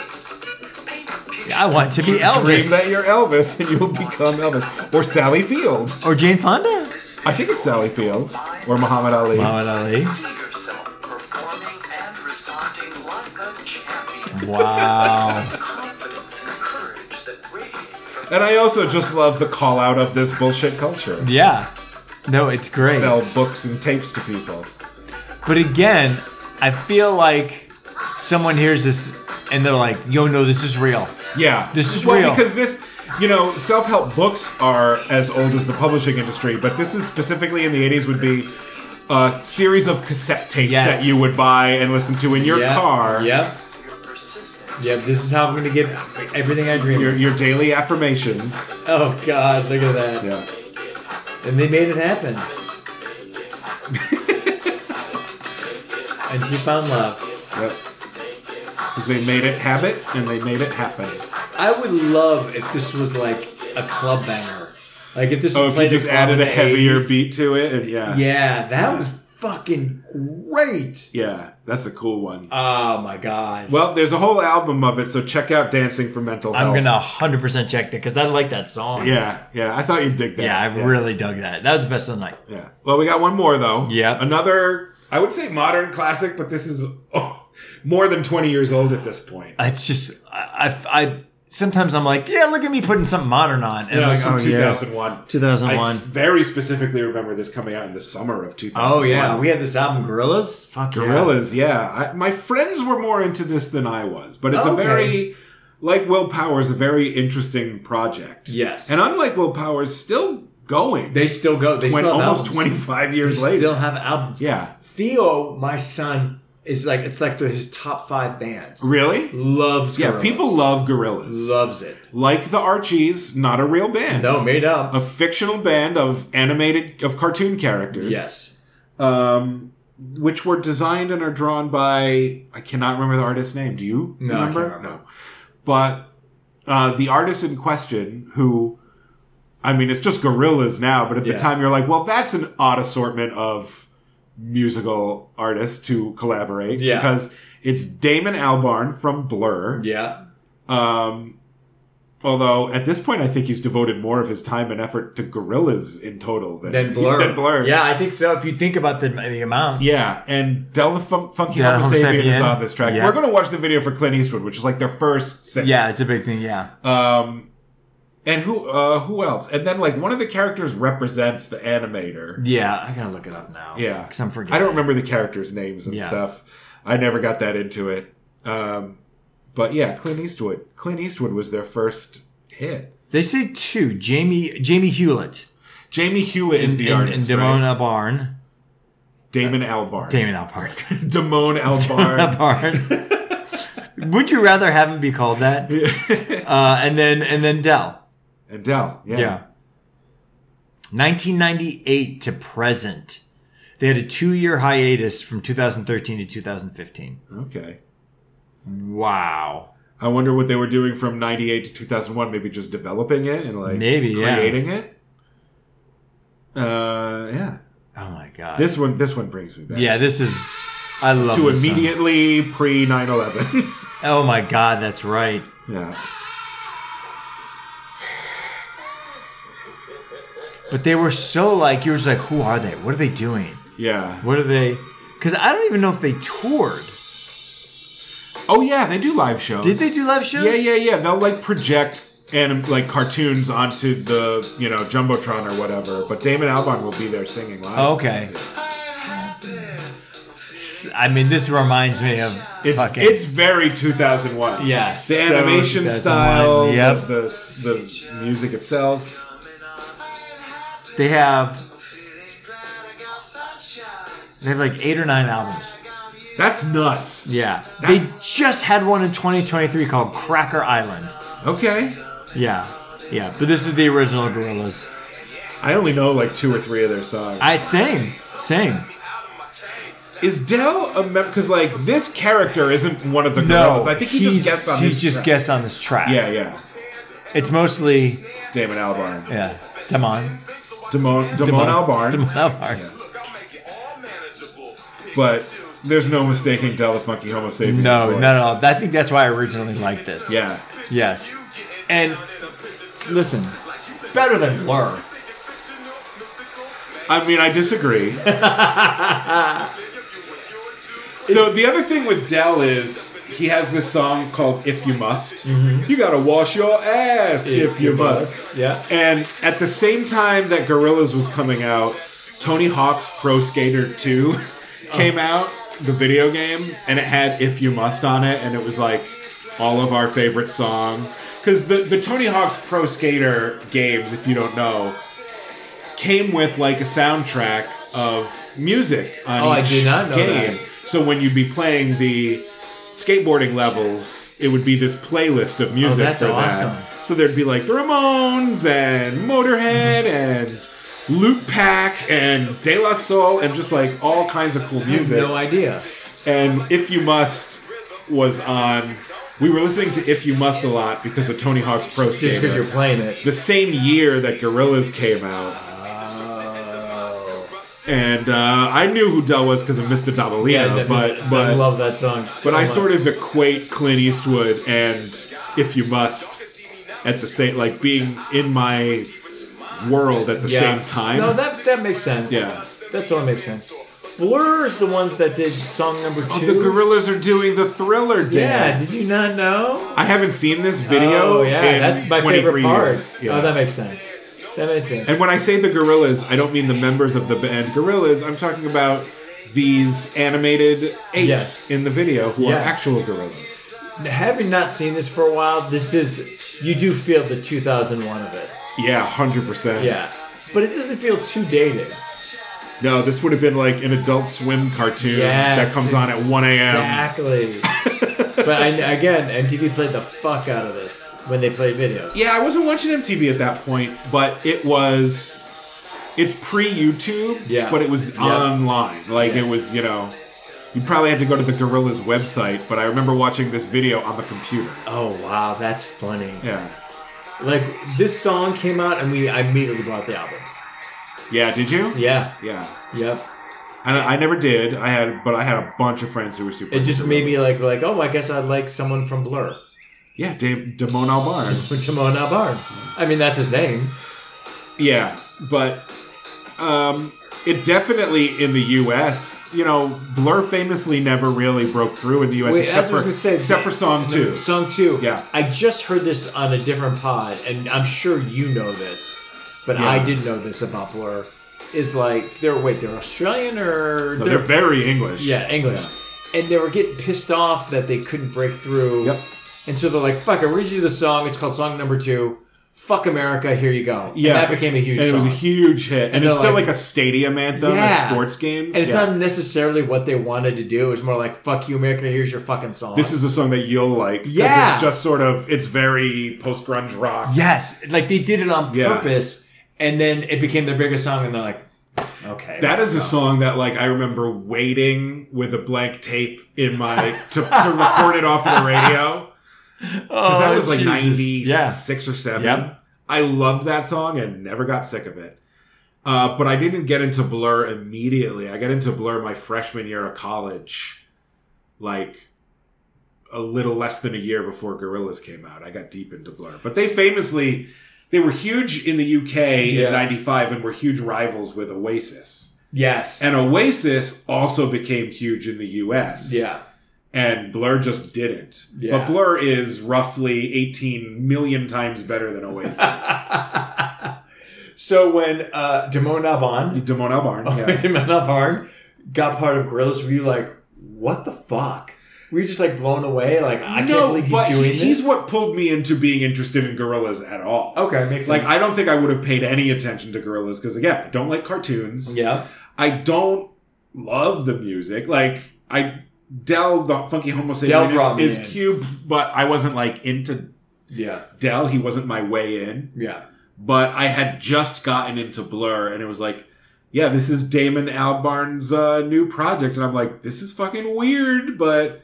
Speaker 8: Paint a picture
Speaker 2: I want to be
Speaker 1: dream that
Speaker 2: Elvis
Speaker 1: you're Elvis and you'll become Elvis or Sally Field.
Speaker 2: or Jane Fonda.
Speaker 1: I think it's Sally Field or Muhammad Ali.
Speaker 2: Muhammad Ali.
Speaker 8: see yourself performing and responding like a champion.
Speaker 2: Wow.
Speaker 8: Confidence and courage that radiate from
Speaker 1: And I also just love the call out of this bullshit culture.
Speaker 2: Yeah. No, it's great.
Speaker 1: Sell books and tapes to people.
Speaker 2: But again, I feel like someone hears this and they're like, "Yo, no, this is real."
Speaker 1: Yeah,
Speaker 2: This is
Speaker 1: well
Speaker 2: real.
Speaker 1: because this, you know, self help books are as old as the publishing industry, but this is specifically in the eighties would be a series of cassette tapes
Speaker 2: Yes.
Speaker 1: that you would buy and listen to in your
Speaker 2: Yep.
Speaker 1: car.
Speaker 2: Yep.
Speaker 8: your persistence.
Speaker 2: Yep. This is how I'm gonna get everything I dream.
Speaker 1: Your, your daily affirmations.
Speaker 2: Oh God, look at that.
Speaker 1: Yeah.
Speaker 2: And they made it happen. and she found love.
Speaker 1: Because they made it habit and they made it happen.
Speaker 2: I would love if this was like a club banger. Like if this
Speaker 1: Oh,
Speaker 2: was
Speaker 1: if you
Speaker 2: played
Speaker 1: just
Speaker 2: at club
Speaker 1: added
Speaker 2: in
Speaker 1: a
Speaker 2: the
Speaker 1: heavier
Speaker 2: 80s.
Speaker 1: beat to it, and yeah,
Speaker 2: Yeah, that was fucking great.
Speaker 1: yeah, that's a cool one.
Speaker 2: Oh my god.
Speaker 1: Well, there's a whole album of it, so check out "Dancing for Mental
Speaker 2: I'm
Speaker 1: Health."
Speaker 2: gonna 100 percent check that because I like that song.
Speaker 1: Yeah, yeah, I thought you'd dig that.
Speaker 2: Yeah, I really dug that. That was the best of the night.
Speaker 1: Yeah. Well, we got one more though.
Speaker 2: Yep.
Speaker 1: Another, I would say modern classic, but this is oh, more than 20 years old at this point.
Speaker 2: It's just I, I, I sometimes I'm like, yeah, look at me putting something modern on, and
Speaker 1: No,
Speaker 2: I'm
Speaker 1: it's
Speaker 2: like,
Speaker 1: from
Speaker 2: oh, yeah.
Speaker 1: 2001.
Speaker 2: 2001.
Speaker 1: I s- very specifically remember this coming out in the summer of 2001.
Speaker 2: Oh yeah, we had this album, Gorillas. Fuck yeah.
Speaker 1: Gorillas, yeah. I, my friends were more into this than I was, but it's
Speaker 2: Okay.
Speaker 1: a very like Will Powers, a very interesting project.
Speaker 2: Yes.
Speaker 1: and unlike Will Powers, still going.
Speaker 2: They still go. They
Speaker 1: Twen-
Speaker 2: still have
Speaker 1: almost
Speaker 2: albums.
Speaker 1: twenty five
Speaker 2: They
Speaker 1: years later.
Speaker 2: still have albums.
Speaker 1: yeah,
Speaker 2: Theo, my son, is like it's like the, his top five band.
Speaker 1: really?
Speaker 2: Loves.
Speaker 1: Yeah,
Speaker 2: Gorillaz.
Speaker 1: people love Gorillas.
Speaker 2: loves it.
Speaker 1: like the Archies, not a real band.
Speaker 2: No, made up.
Speaker 1: a fictional band of animated of cartoon characters.
Speaker 2: Yes.
Speaker 1: um, which were designed and are drawn by I cannot remember the artist's name. Do you
Speaker 2: No, I can't
Speaker 1: remember?
Speaker 2: remember.
Speaker 1: No, but uh, the artist in question, who I mean, it's just gorillas now, but at
Speaker 2: Yeah.
Speaker 1: the time you're like, well, that's an odd assortment of musical artists to collaborate
Speaker 2: Yeah.
Speaker 1: because it's Damon Albarn from Blur.
Speaker 2: Yeah.
Speaker 1: Um, although at this point, I think he's devoted more of his time and effort to gorillas in total than
Speaker 2: Then blur.
Speaker 1: Than Blur.
Speaker 2: Yeah, I think so. If you think about the the amount.
Speaker 1: Yeah, and Del the Fun- Funky
Speaker 2: Del
Speaker 1: Homo
Speaker 2: Homo
Speaker 1: Sapien is
Speaker 2: Sapien.
Speaker 1: on this track.
Speaker 2: Yeah.
Speaker 1: We're going to watch the video for Clint Eastwood, which is like their first single.
Speaker 2: Yeah, it's a big thing. Yeah.
Speaker 1: Um, and who uh, who else? And then like one of the characters represents the animator.
Speaker 2: Yeah, I gotta look it up now.
Speaker 1: Yeah,
Speaker 2: because I'm forgetting.
Speaker 1: I don't remember the characters' names and
Speaker 2: Yeah.
Speaker 1: stuff. I never got that into it. Um, but yeah, Clint Eastwood. Clint Eastwood was their first hit.
Speaker 3: They say two. Jamie Jamie Hewlett
Speaker 1: Jamie Hewlett is the
Speaker 3: and,
Speaker 1: artist.
Speaker 3: and
Speaker 1: right?
Speaker 3: Damon Albarn.
Speaker 1: Damon Albarn.
Speaker 3: Damon Albarn.
Speaker 1: Damon Albarn.
Speaker 3: Albarn. Would you rather have him be called that? uh, and then and then Dell.
Speaker 1: Adele. Yeah.
Speaker 3: Yeah. 1998 to present. They had a two year hiatus from 2013 to 2015.
Speaker 1: Okay.
Speaker 3: Wow.
Speaker 1: I wonder what they were doing from 98 to 2001. Maybe just developing it and like
Speaker 3: Maybe, yeah.
Speaker 1: creating it. Uh, yeah.
Speaker 3: Oh my God.
Speaker 1: This one, this one brings me back.
Speaker 3: yeah, this is. I love
Speaker 1: To
Speaker 3: this uh, song.
Speaker 1: immediately pre 9 11.
Speaker 3: Oh my God, that's right.
Speaker 1: Yeah.
Speaker 3: But they were so like, you were just like, who are they? What are they doing?
Speaker 1: Yeah.
Speaker 3: What are they? Because I don't even know if they toured.
Speaker 1: Oh yeah, they do live shows.
Speaker 3: Did they do live shows?
Speaker 1: Yeah, yeah, yeah. They'll like project anim- like cartoons onto the you know jumbotron or whatever. But Damon Albarn will be there singing live.
Speaker 3: Okay. S- I mean, this reminds me of
Speaker 1: It's
Speaker 3: fucking.
Speaker 1: it's very 2001.
Speaker 3: Yeah,
Speaker 1: The
Speaker 3: so
Speaker 1: animation
Speaker 3: 2001,
Speaker 1: style.
Speaker 3: yep.
Speaker 1: The, the the music itself.
Speaker 3: they have they have like eight or nine albums.
Speaker 1: That's nuts.
Speaker 3: Yeah.
Speaker 1: That's-
Speaker 3: they just had one in 2023 called Cracker Island.
Speaker 1: Okay.
Speaker 3: Yeah. Yeah. But this is the original Gorillas.
Speaker 1: I only know like two or three of their songs.
Speaker 3: I same. Same.
Speaker 1: Is Dell a member? Because like this character isn't one of the
Speaker 3: No.
Speaker 1: girls. I think he
Speaker 3: he's-
Speaker 1: just guessed on
Speaker 3: he's
Speaker 1: his
Speaker 3: just
Speaker 1: track.
Speaker 3: guessed on this track.
Speaker 1: Yeah, yeah.
Speaker 3: It's mostly
Speaker 1: Damon Albarn.
Speaker 3: yeah. Damon.
Speaker 1: Damon, Damon, Albarn.
Speaker 3: Damon Albarn.
Speaker 1: but there's no mistaking Della Funky Homo Sapiens.
Speaker 3: No,
Speaker 1: voice.
Speaker 3: not at all. I think that's why I originally liked this.
Speaker 1: Yeah.
Speaker 3: Yes. And listen, better than Blur.
Speaker 1: I mean, I disagree. so the other thing with Dell is he has this song called "If You Must." You gotta wash your ass Mm-hmm. if, you, must.
Speaker 3: Yeah.
Speaker 1: And at the same time that Gorillaz was coming out, Tony Hawk's Pro Skater 2 came out, the video game, and it had If You Must on it, and it was like all of our favorite song. Because the, the Tony Hawk's Pro Skater games, if you don't know, came with like a soundtrack of music on
Speaker 2: Oh, I
Speaker 1: each
Speaker 2: did not know
Speaker 1: game.
Speaker 2: that.
Speaker 1: So when you'd be playing the skateboarding levels, it would be this playlist of music
Speaker 3: that's
Speaker 1: for
Speaker 3: awesome.
Speaker 1: that. So there'd be like the Ramones and Motorhead
Speaker 2: Mm-hmm.
Speaker 1: and Loop Pack and De La Soul and just like all kinds of cool music.
Speaker 2: No idea.
Speaker 1: and If You Must was on. We were listening to If You Must a lot because of Tony Hawk's Pro Skater.
Speaker 2: Just because you're playing it.
Speaker 1: the same year that Gorillaz came out. And uh, I knew who Del was because of Mr. Dabalina,
Speaker 2: that-
Speaker 1: but but
Speaker 2: I love that song.
Speaker 1: but I sort of equate Clint Eastwood and If You Must at the same like being in my world at the same time.
Speaker 2: No, that that makes sense.
Speaker 1: Yeah.
Speaker 2: that totally makes sense. Blur is the ones that did song number two.
Speaker 1: Oh, the gorillas are doing the thriller dance.
Speaker 2: Yeah, did you not know?
Speaker 1: I haven't seen this video.
Speaker 2: Oh yeah,
Speaker 1: in
Speaker 2: that's my
Speaker 1: 23
Speaker 2: favorite part.
Speaker 1: years. Yeah.
Speaker 2: Oh, that makes sense. That makes sense.
Speaker 1: And when I say the gorillas, I don't mean the members of the band gorillas. I'm talking about these animated apes
Speaker 2: Yes.
Speaker 1: in the video who
Speaker 2: Yeah.
Speaker 1: are actual gorillas.
Speaker 2: Having not seen this for a while, this is you do feel the 2001 of it.
Speaker 1: Yeah, hundred percent.
Speaker 2: Yeah, but it doesn't feel too dated.
Speaker 1: No, this would have been like an Adult Swim cartoon that
Speaker 2: Yes,
Speaker 1: comes on at one a.m.
Speaker 2: Exactly. but I, again, MTV played the fuck out of this when they played videos.
Speaker 1: Yeah, I wasn't watching MTV at that point, but it was. It's pre YouTube,
Speaker 2: Yeah.
Speaker 1: but it was
Speaker 2: Yeah.
Speaker 1: online. Like
Speaker 2: Yes.
Speaker 1: it was, you know, you probably had to go to the Gorillas website. But I remember watching this video on the computer.
Speaker 2: Oh wow, that's funny.
Speaker 1: Yeah,
Speaker 2: Like this song came out and we I immediately bought the album.
Speaker 1: yeah. Did you?
Speaker 2: Yeah.
Speaker 1: yeah.
Speaker 2: Yep.
Speaker 1: And I, I never did. I had, but I had a bunch of friends who were super.
Speaker 2: It just
Speaker 1: into
Speaker 2: made me
Speaker 1: Gorillas.
Speaker 2: like like oh I guess I'd like someone from Blur.
Speaker 1: yeah, Dave, Damon Albarn.
Speaker 2: Timon Albarn. I mean that's his name.
Speaker 1: yeah, but um, it definitely in the U.S. You know, Blur famously never really broke through in the U.S.
Speaker 2: Wait,
Speaker 1: except
Speaker 2: that's what I was
Speaker 1: for
Speaker 2: gonna say.
Speaker 1: except for song two.
Speaker 2: Song two.
Speaker 1: Yeah.
Speaker 2: I just heard this on a different pod, and I'm sure you know this, but
Speaker 1: Yeah.
Speaker 2: I did know this about Blur. Is like they're wait they're Australian or
Speaker 1: No, they're, very English.
Speaker 2: yeah English, and they were getting pissed off that they couldn't break through.
Speaker 1: Yep.
Speaker 2: And so they're like, "Fuck! I read you the song. It's called Song Number Two. "Fuck America, here you go." And
Speaker 1: Yeah,
Speaker 2: that became a huge.
Speaker 1: And it was a
Speaker 2: song.
Speaker 1: huge hit, and,
Speaker 2: And
Speaker 1: it's
Speaker 2: they're
Speaker 1: still
Speaker 2: like-
Speaker 1: like, a stadium anthem
Speaker 2: Yeah.
Speaker 1: at sports games.
Speaker 2: And it's
Speaker 1: Yeah.
Speaker 2: not necessarily what they wanted to do. It was more like "fuck you, America." Here's your fucking song.
Speaker 1: This is a song that you'll like. 'cause
Speaker 2: Yeah.
Speaker 1: it's just sort of it's very post grunge rock.
Speaker 2: yes, like they did it on
Speaker 1: Yeah.
Speaker 2: purpose, and then it became their biggest song, and they're like, "Okay,
Speaker 1: That is a song that like I remember waiting with a blank tape in my to, to record it off of the radio because
Speaker 2: Oh,
Speaker 1: that was like ninety
Speaker 3: Yeah.
Speaker 1: six or seven.
Speaker 3: Yep.
Speaker 1: I loved that song and never got sick of it. Uh, but I didn't get into Blur immediately. I got into Blur my freshman year of college, like a little less than a year before Gorillaz came out. I got deep into Blur, but they famously they were huge in the UK
Speaker 2: Yeah.
Speaker 1: in '95 and were huge rivals with Oasis.
Speaker 2: yes,
Speaker 1: And Oasis also became huge in the US.
Speaker 2: yeah,
Speaker 1: And Blur just didn't.
Speaker 2: Yeah.
Speaker 1: But Blur is roughly 18 million times better than Oasis.
Speaker 2: So when uh, Damon Albarn,
Speaker 1: Damon Albarn.
Speaker 2: Oh,
Speaker 1: Yeah.
Speaker 2: Damon Albarn got part of Gorillaz, were you like, what the fuck? Were you just like blown away? Like I can't believe he's
Speaker 1: but
Speaker 2: doing
Speaker 1: he-
Speaker 2: this.
Speaker 1: he's what pulled me into being interested in gorillas at all.
Speaker 2: Okay, makes
Speaker 1: Like,
Speaker 2: sense.
Speaker 1: I don't think I would have paid any attention to gorillas because, again, I don't like cartoons.
Speaker 2: yeah,
Speaker 1: I don't love the music. Like I Dell, the funky Homo
Speaker 2: brought
Speaker 1: sapien
Speaker 2: me
Speaker 1: is,
Speaker 2: in.
Speaker 1: is cube, but I wasn't like into
Speaker 2: yeah,
Speaker 1: Dell. He wasn't my way in.
Speaker 2: yeah.
Speaker 1: But I had just gotten into Blur, and it was like, yeah, this is Damon Albarn's uh, new project, and I'm like, this is fucking weird, but.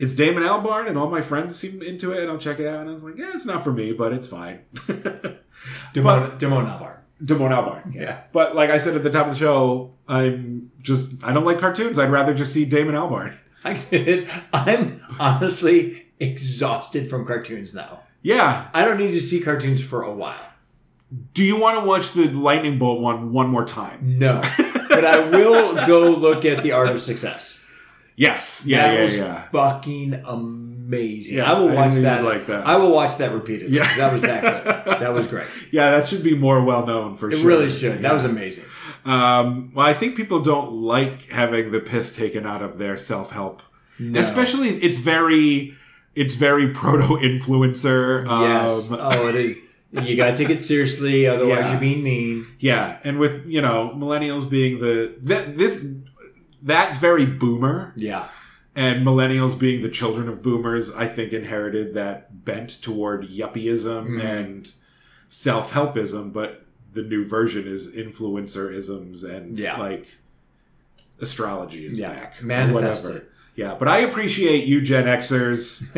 Speaker 1: It's Damon Albarn, and all my friends seem into it, and I'll check it out. And I was like, "Yeah, it's not for me, but it's fine."
Speaker 2: Damon, Damon Albarn.
Speaker 1: Damon Albarn. Yeah.
Speaker 2: Yeah.
Speaker 1: But like I said at the top of the show, I'm just I don't like cartoons. I'd rather just see Damon Albarn.
Speaker 2: I did. I'm honestly exhausted from cartoons now.
Speaker 1: Yeah.
Speaker 2: I don't need to see cartoons for a while.
Speaker 1: Do you want to watch the lightning bolt one one more time?
Speaker 2: No, but I will go look at the Art of Success.
Speaker 1: Yes. Yeah.
Speaker 2: that
Speaker 1: yeah.
Speaker 2: was
Speaker 1: yeah.
Speaker 2: fucking amazing.
Speaker 1: Yeah,
Speaker 2: I will
Speaker 1: I
Speaker 2: watch
Speaker 1: knew
Speaker 2: that.
Speaker 1: you'd like that.
Speaker 2: I will watch that repeatedly.
Speaker 1: Yeah.
Speaker 2: that was that good. That was great.
Speaker 1: Yeah. That should be more well known for
Speaker 2: It
Speaker 1: sure.
Speaker 2: really should.
Speaker 1: Yeah.
Speaker 2: That was amazing.
Speaker 1: Um, well, I think people don't like having the piss taken out of their self help, especially it's very. It's very um, proto influencer.
Speaker 2: yes. oh, it is. You gotta take it seriously, otherwise
Speaker 1: Yeah.
Speaker 2: you're being mean.
Speaker 1: Yeah, and with you know millennials being the that this that's very boomer,
Speaker 2: Yeah.
Speaker 1: and millennials being the children of boomers, I think inherited that bent toward yuppieism
Speaker 2: Mhm.
Speaker 1: and self helpism, but the new version is influencerisms and
Speaker 2: Yeah.
Speaker 1: like astrology is
Speaker 2: Yeah.
Speaker 1: back, or
Speaker 2: Manifest
Speaker 1: whatever.
Speaker 2: it.
Speaker 1: Yeah, but I appreciate you Gen Xers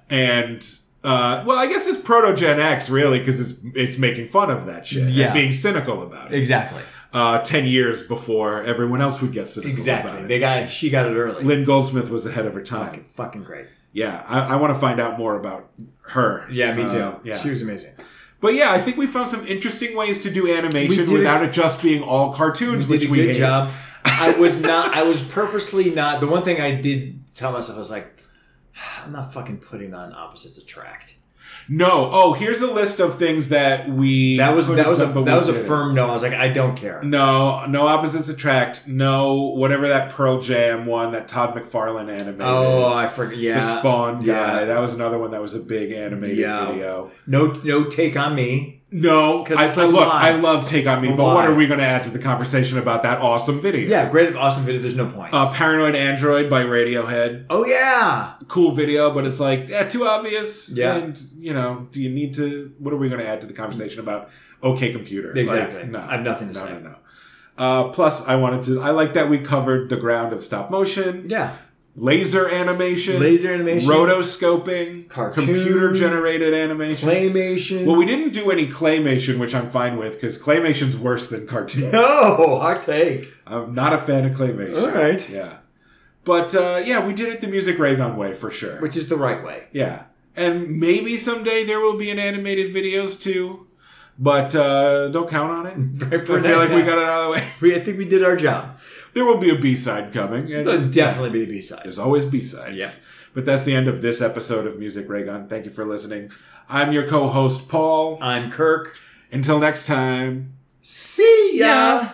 Speaker 1: and. Uh, well, I guess it's proto Gen X, really, because it's it's making fun of that shit
Speaker 2: Yeah.
Speaker 1: and being cynical about it
Speaker 2: Exactly.
Speaker 1: uh, 10 years before everyone else would get cynical about
Speaker 2: Exactly.
Speaker 1: it.
Speaker 2: They got. She got it early.
Speaker 1: Lynn Goldsmith was ahead of her time.
Speaker 2: Fucking great.
Speaker 1: Yeah, I, I want to find out more about her.
Speaker 2: Yeah, me too.
Speaker 1: Uh, yeah.
Speaker 2: She was amazing.
Speaker 1: But yeah, I think we found some interesting ways to do animation
Speaker 2: We did
Speaker 1: without it. just being all cartoons,
Speaker 2: did
Speaker 1: which
Speaker 2: a
Speaker 1: we
Speaker 2: good
Speaker 1: hate.
Speaker 2: job. I was not. I was purposely not. The one thing I did tell myself I was like, "Ah, I'm not fucking putting on opposites attract.
Speaker 1: No. Oh, here's a list of things that we
Speaker 2: That was
Speaker 1: could
Speaker 2: that
Speaker 1: have
Speaker 2: was a
Speaker 1: done, but
Speaker 2: that
Speaker 1: we Mm,
Speaker 2: was a
Speaker 1: didn't.
Speaker 2: firm no. I was like, I don't care.
Speaker 1: No, no opposites attract. No, whatever that Pearl Jam one, that Todd McFarlane animated.
Speaker 2: Oh, I forgot. Yeah,
Speaker 1: the Spawn guy.
Speaker 2: yeah.
Speaker 1: That was another one that was a big animated
Speaker 2: Yeah.
Speaker 1: video.
Speaker 2: No, no take on me.
Speaker 1: No,
Speaker 2: 'Cause
Speaker 1: I
Speaker 2: it's
Speaker 1: said,
Speaker 2: like,
Speaker 1: look,
Speaker 2: why?
Speaker 1: I love Take on Me, but what
Speaker 2: Why?
Speaker 1: are we going to add to the conversation about that awesome video?
Speaker 2: Yeah, great, awesome video. There's no point.
Speaker 1: Uh, Paranoid Android by Radiohead.
Speaker 2: oh yeah,
Speaker 1: Cool video, but it's like, yeah, too obvious.
Speaker 2: Yeah.
Speaker 1: And, you know, do you need to, what are we going to add to the conversation about OK Computer? Like,
Speaker 2: Exactly. I have nothing to
Speaker 1: no,
Speaker 2: say.
Speaker 1: No, no, Uh, plus, I wanted to, I like that we covered the ground of stop motion,
Speaker 2: yeah.
Speaker 1: laser animation,
Speaker 2: Laser animation.
Speaker 1: rotoscoping,
Speaker 2: Cartoon.
Speaker 1: computer generated animation.
Speaker 2: Claymation.
Speaker 1: Well, we didn't do any claymation, which I'm fine with because claymation's worse than cartoons.
Speaker 2: no hot take.
Speaker 1: I'm not a fan of claymation.
Speaker 2: All right.
Speaker 1: Yeah. But uh, yeah, we did it the music Raygun way for sure.
Speaker 2: Which is the right way.
Speaker 1: yeah. And maybe someday there will be an animated videos too, but uh, don't count on it. I
Speaker 2: For
Speaker 1: feel
Speaker 2: now,
Speaker 1: like
Speaker 2: yeah.
Speaker 1: we got it out of the way.
Speaker 2: We, I think we did our job.
Speaker 1: There will be a B side coming. and
Speaker 2: There'll definitely be a B side.
Speaker 1: there's always B sides.
Speaker 2: Yeah.
Speaker 1: But that's the end of this episode of Music Raygun. Thank you for listening. I'm your co host, Paul.
Speaker 2: I'm Kirk.
Speaker 1: Until next time.
Speaker 2: See ya.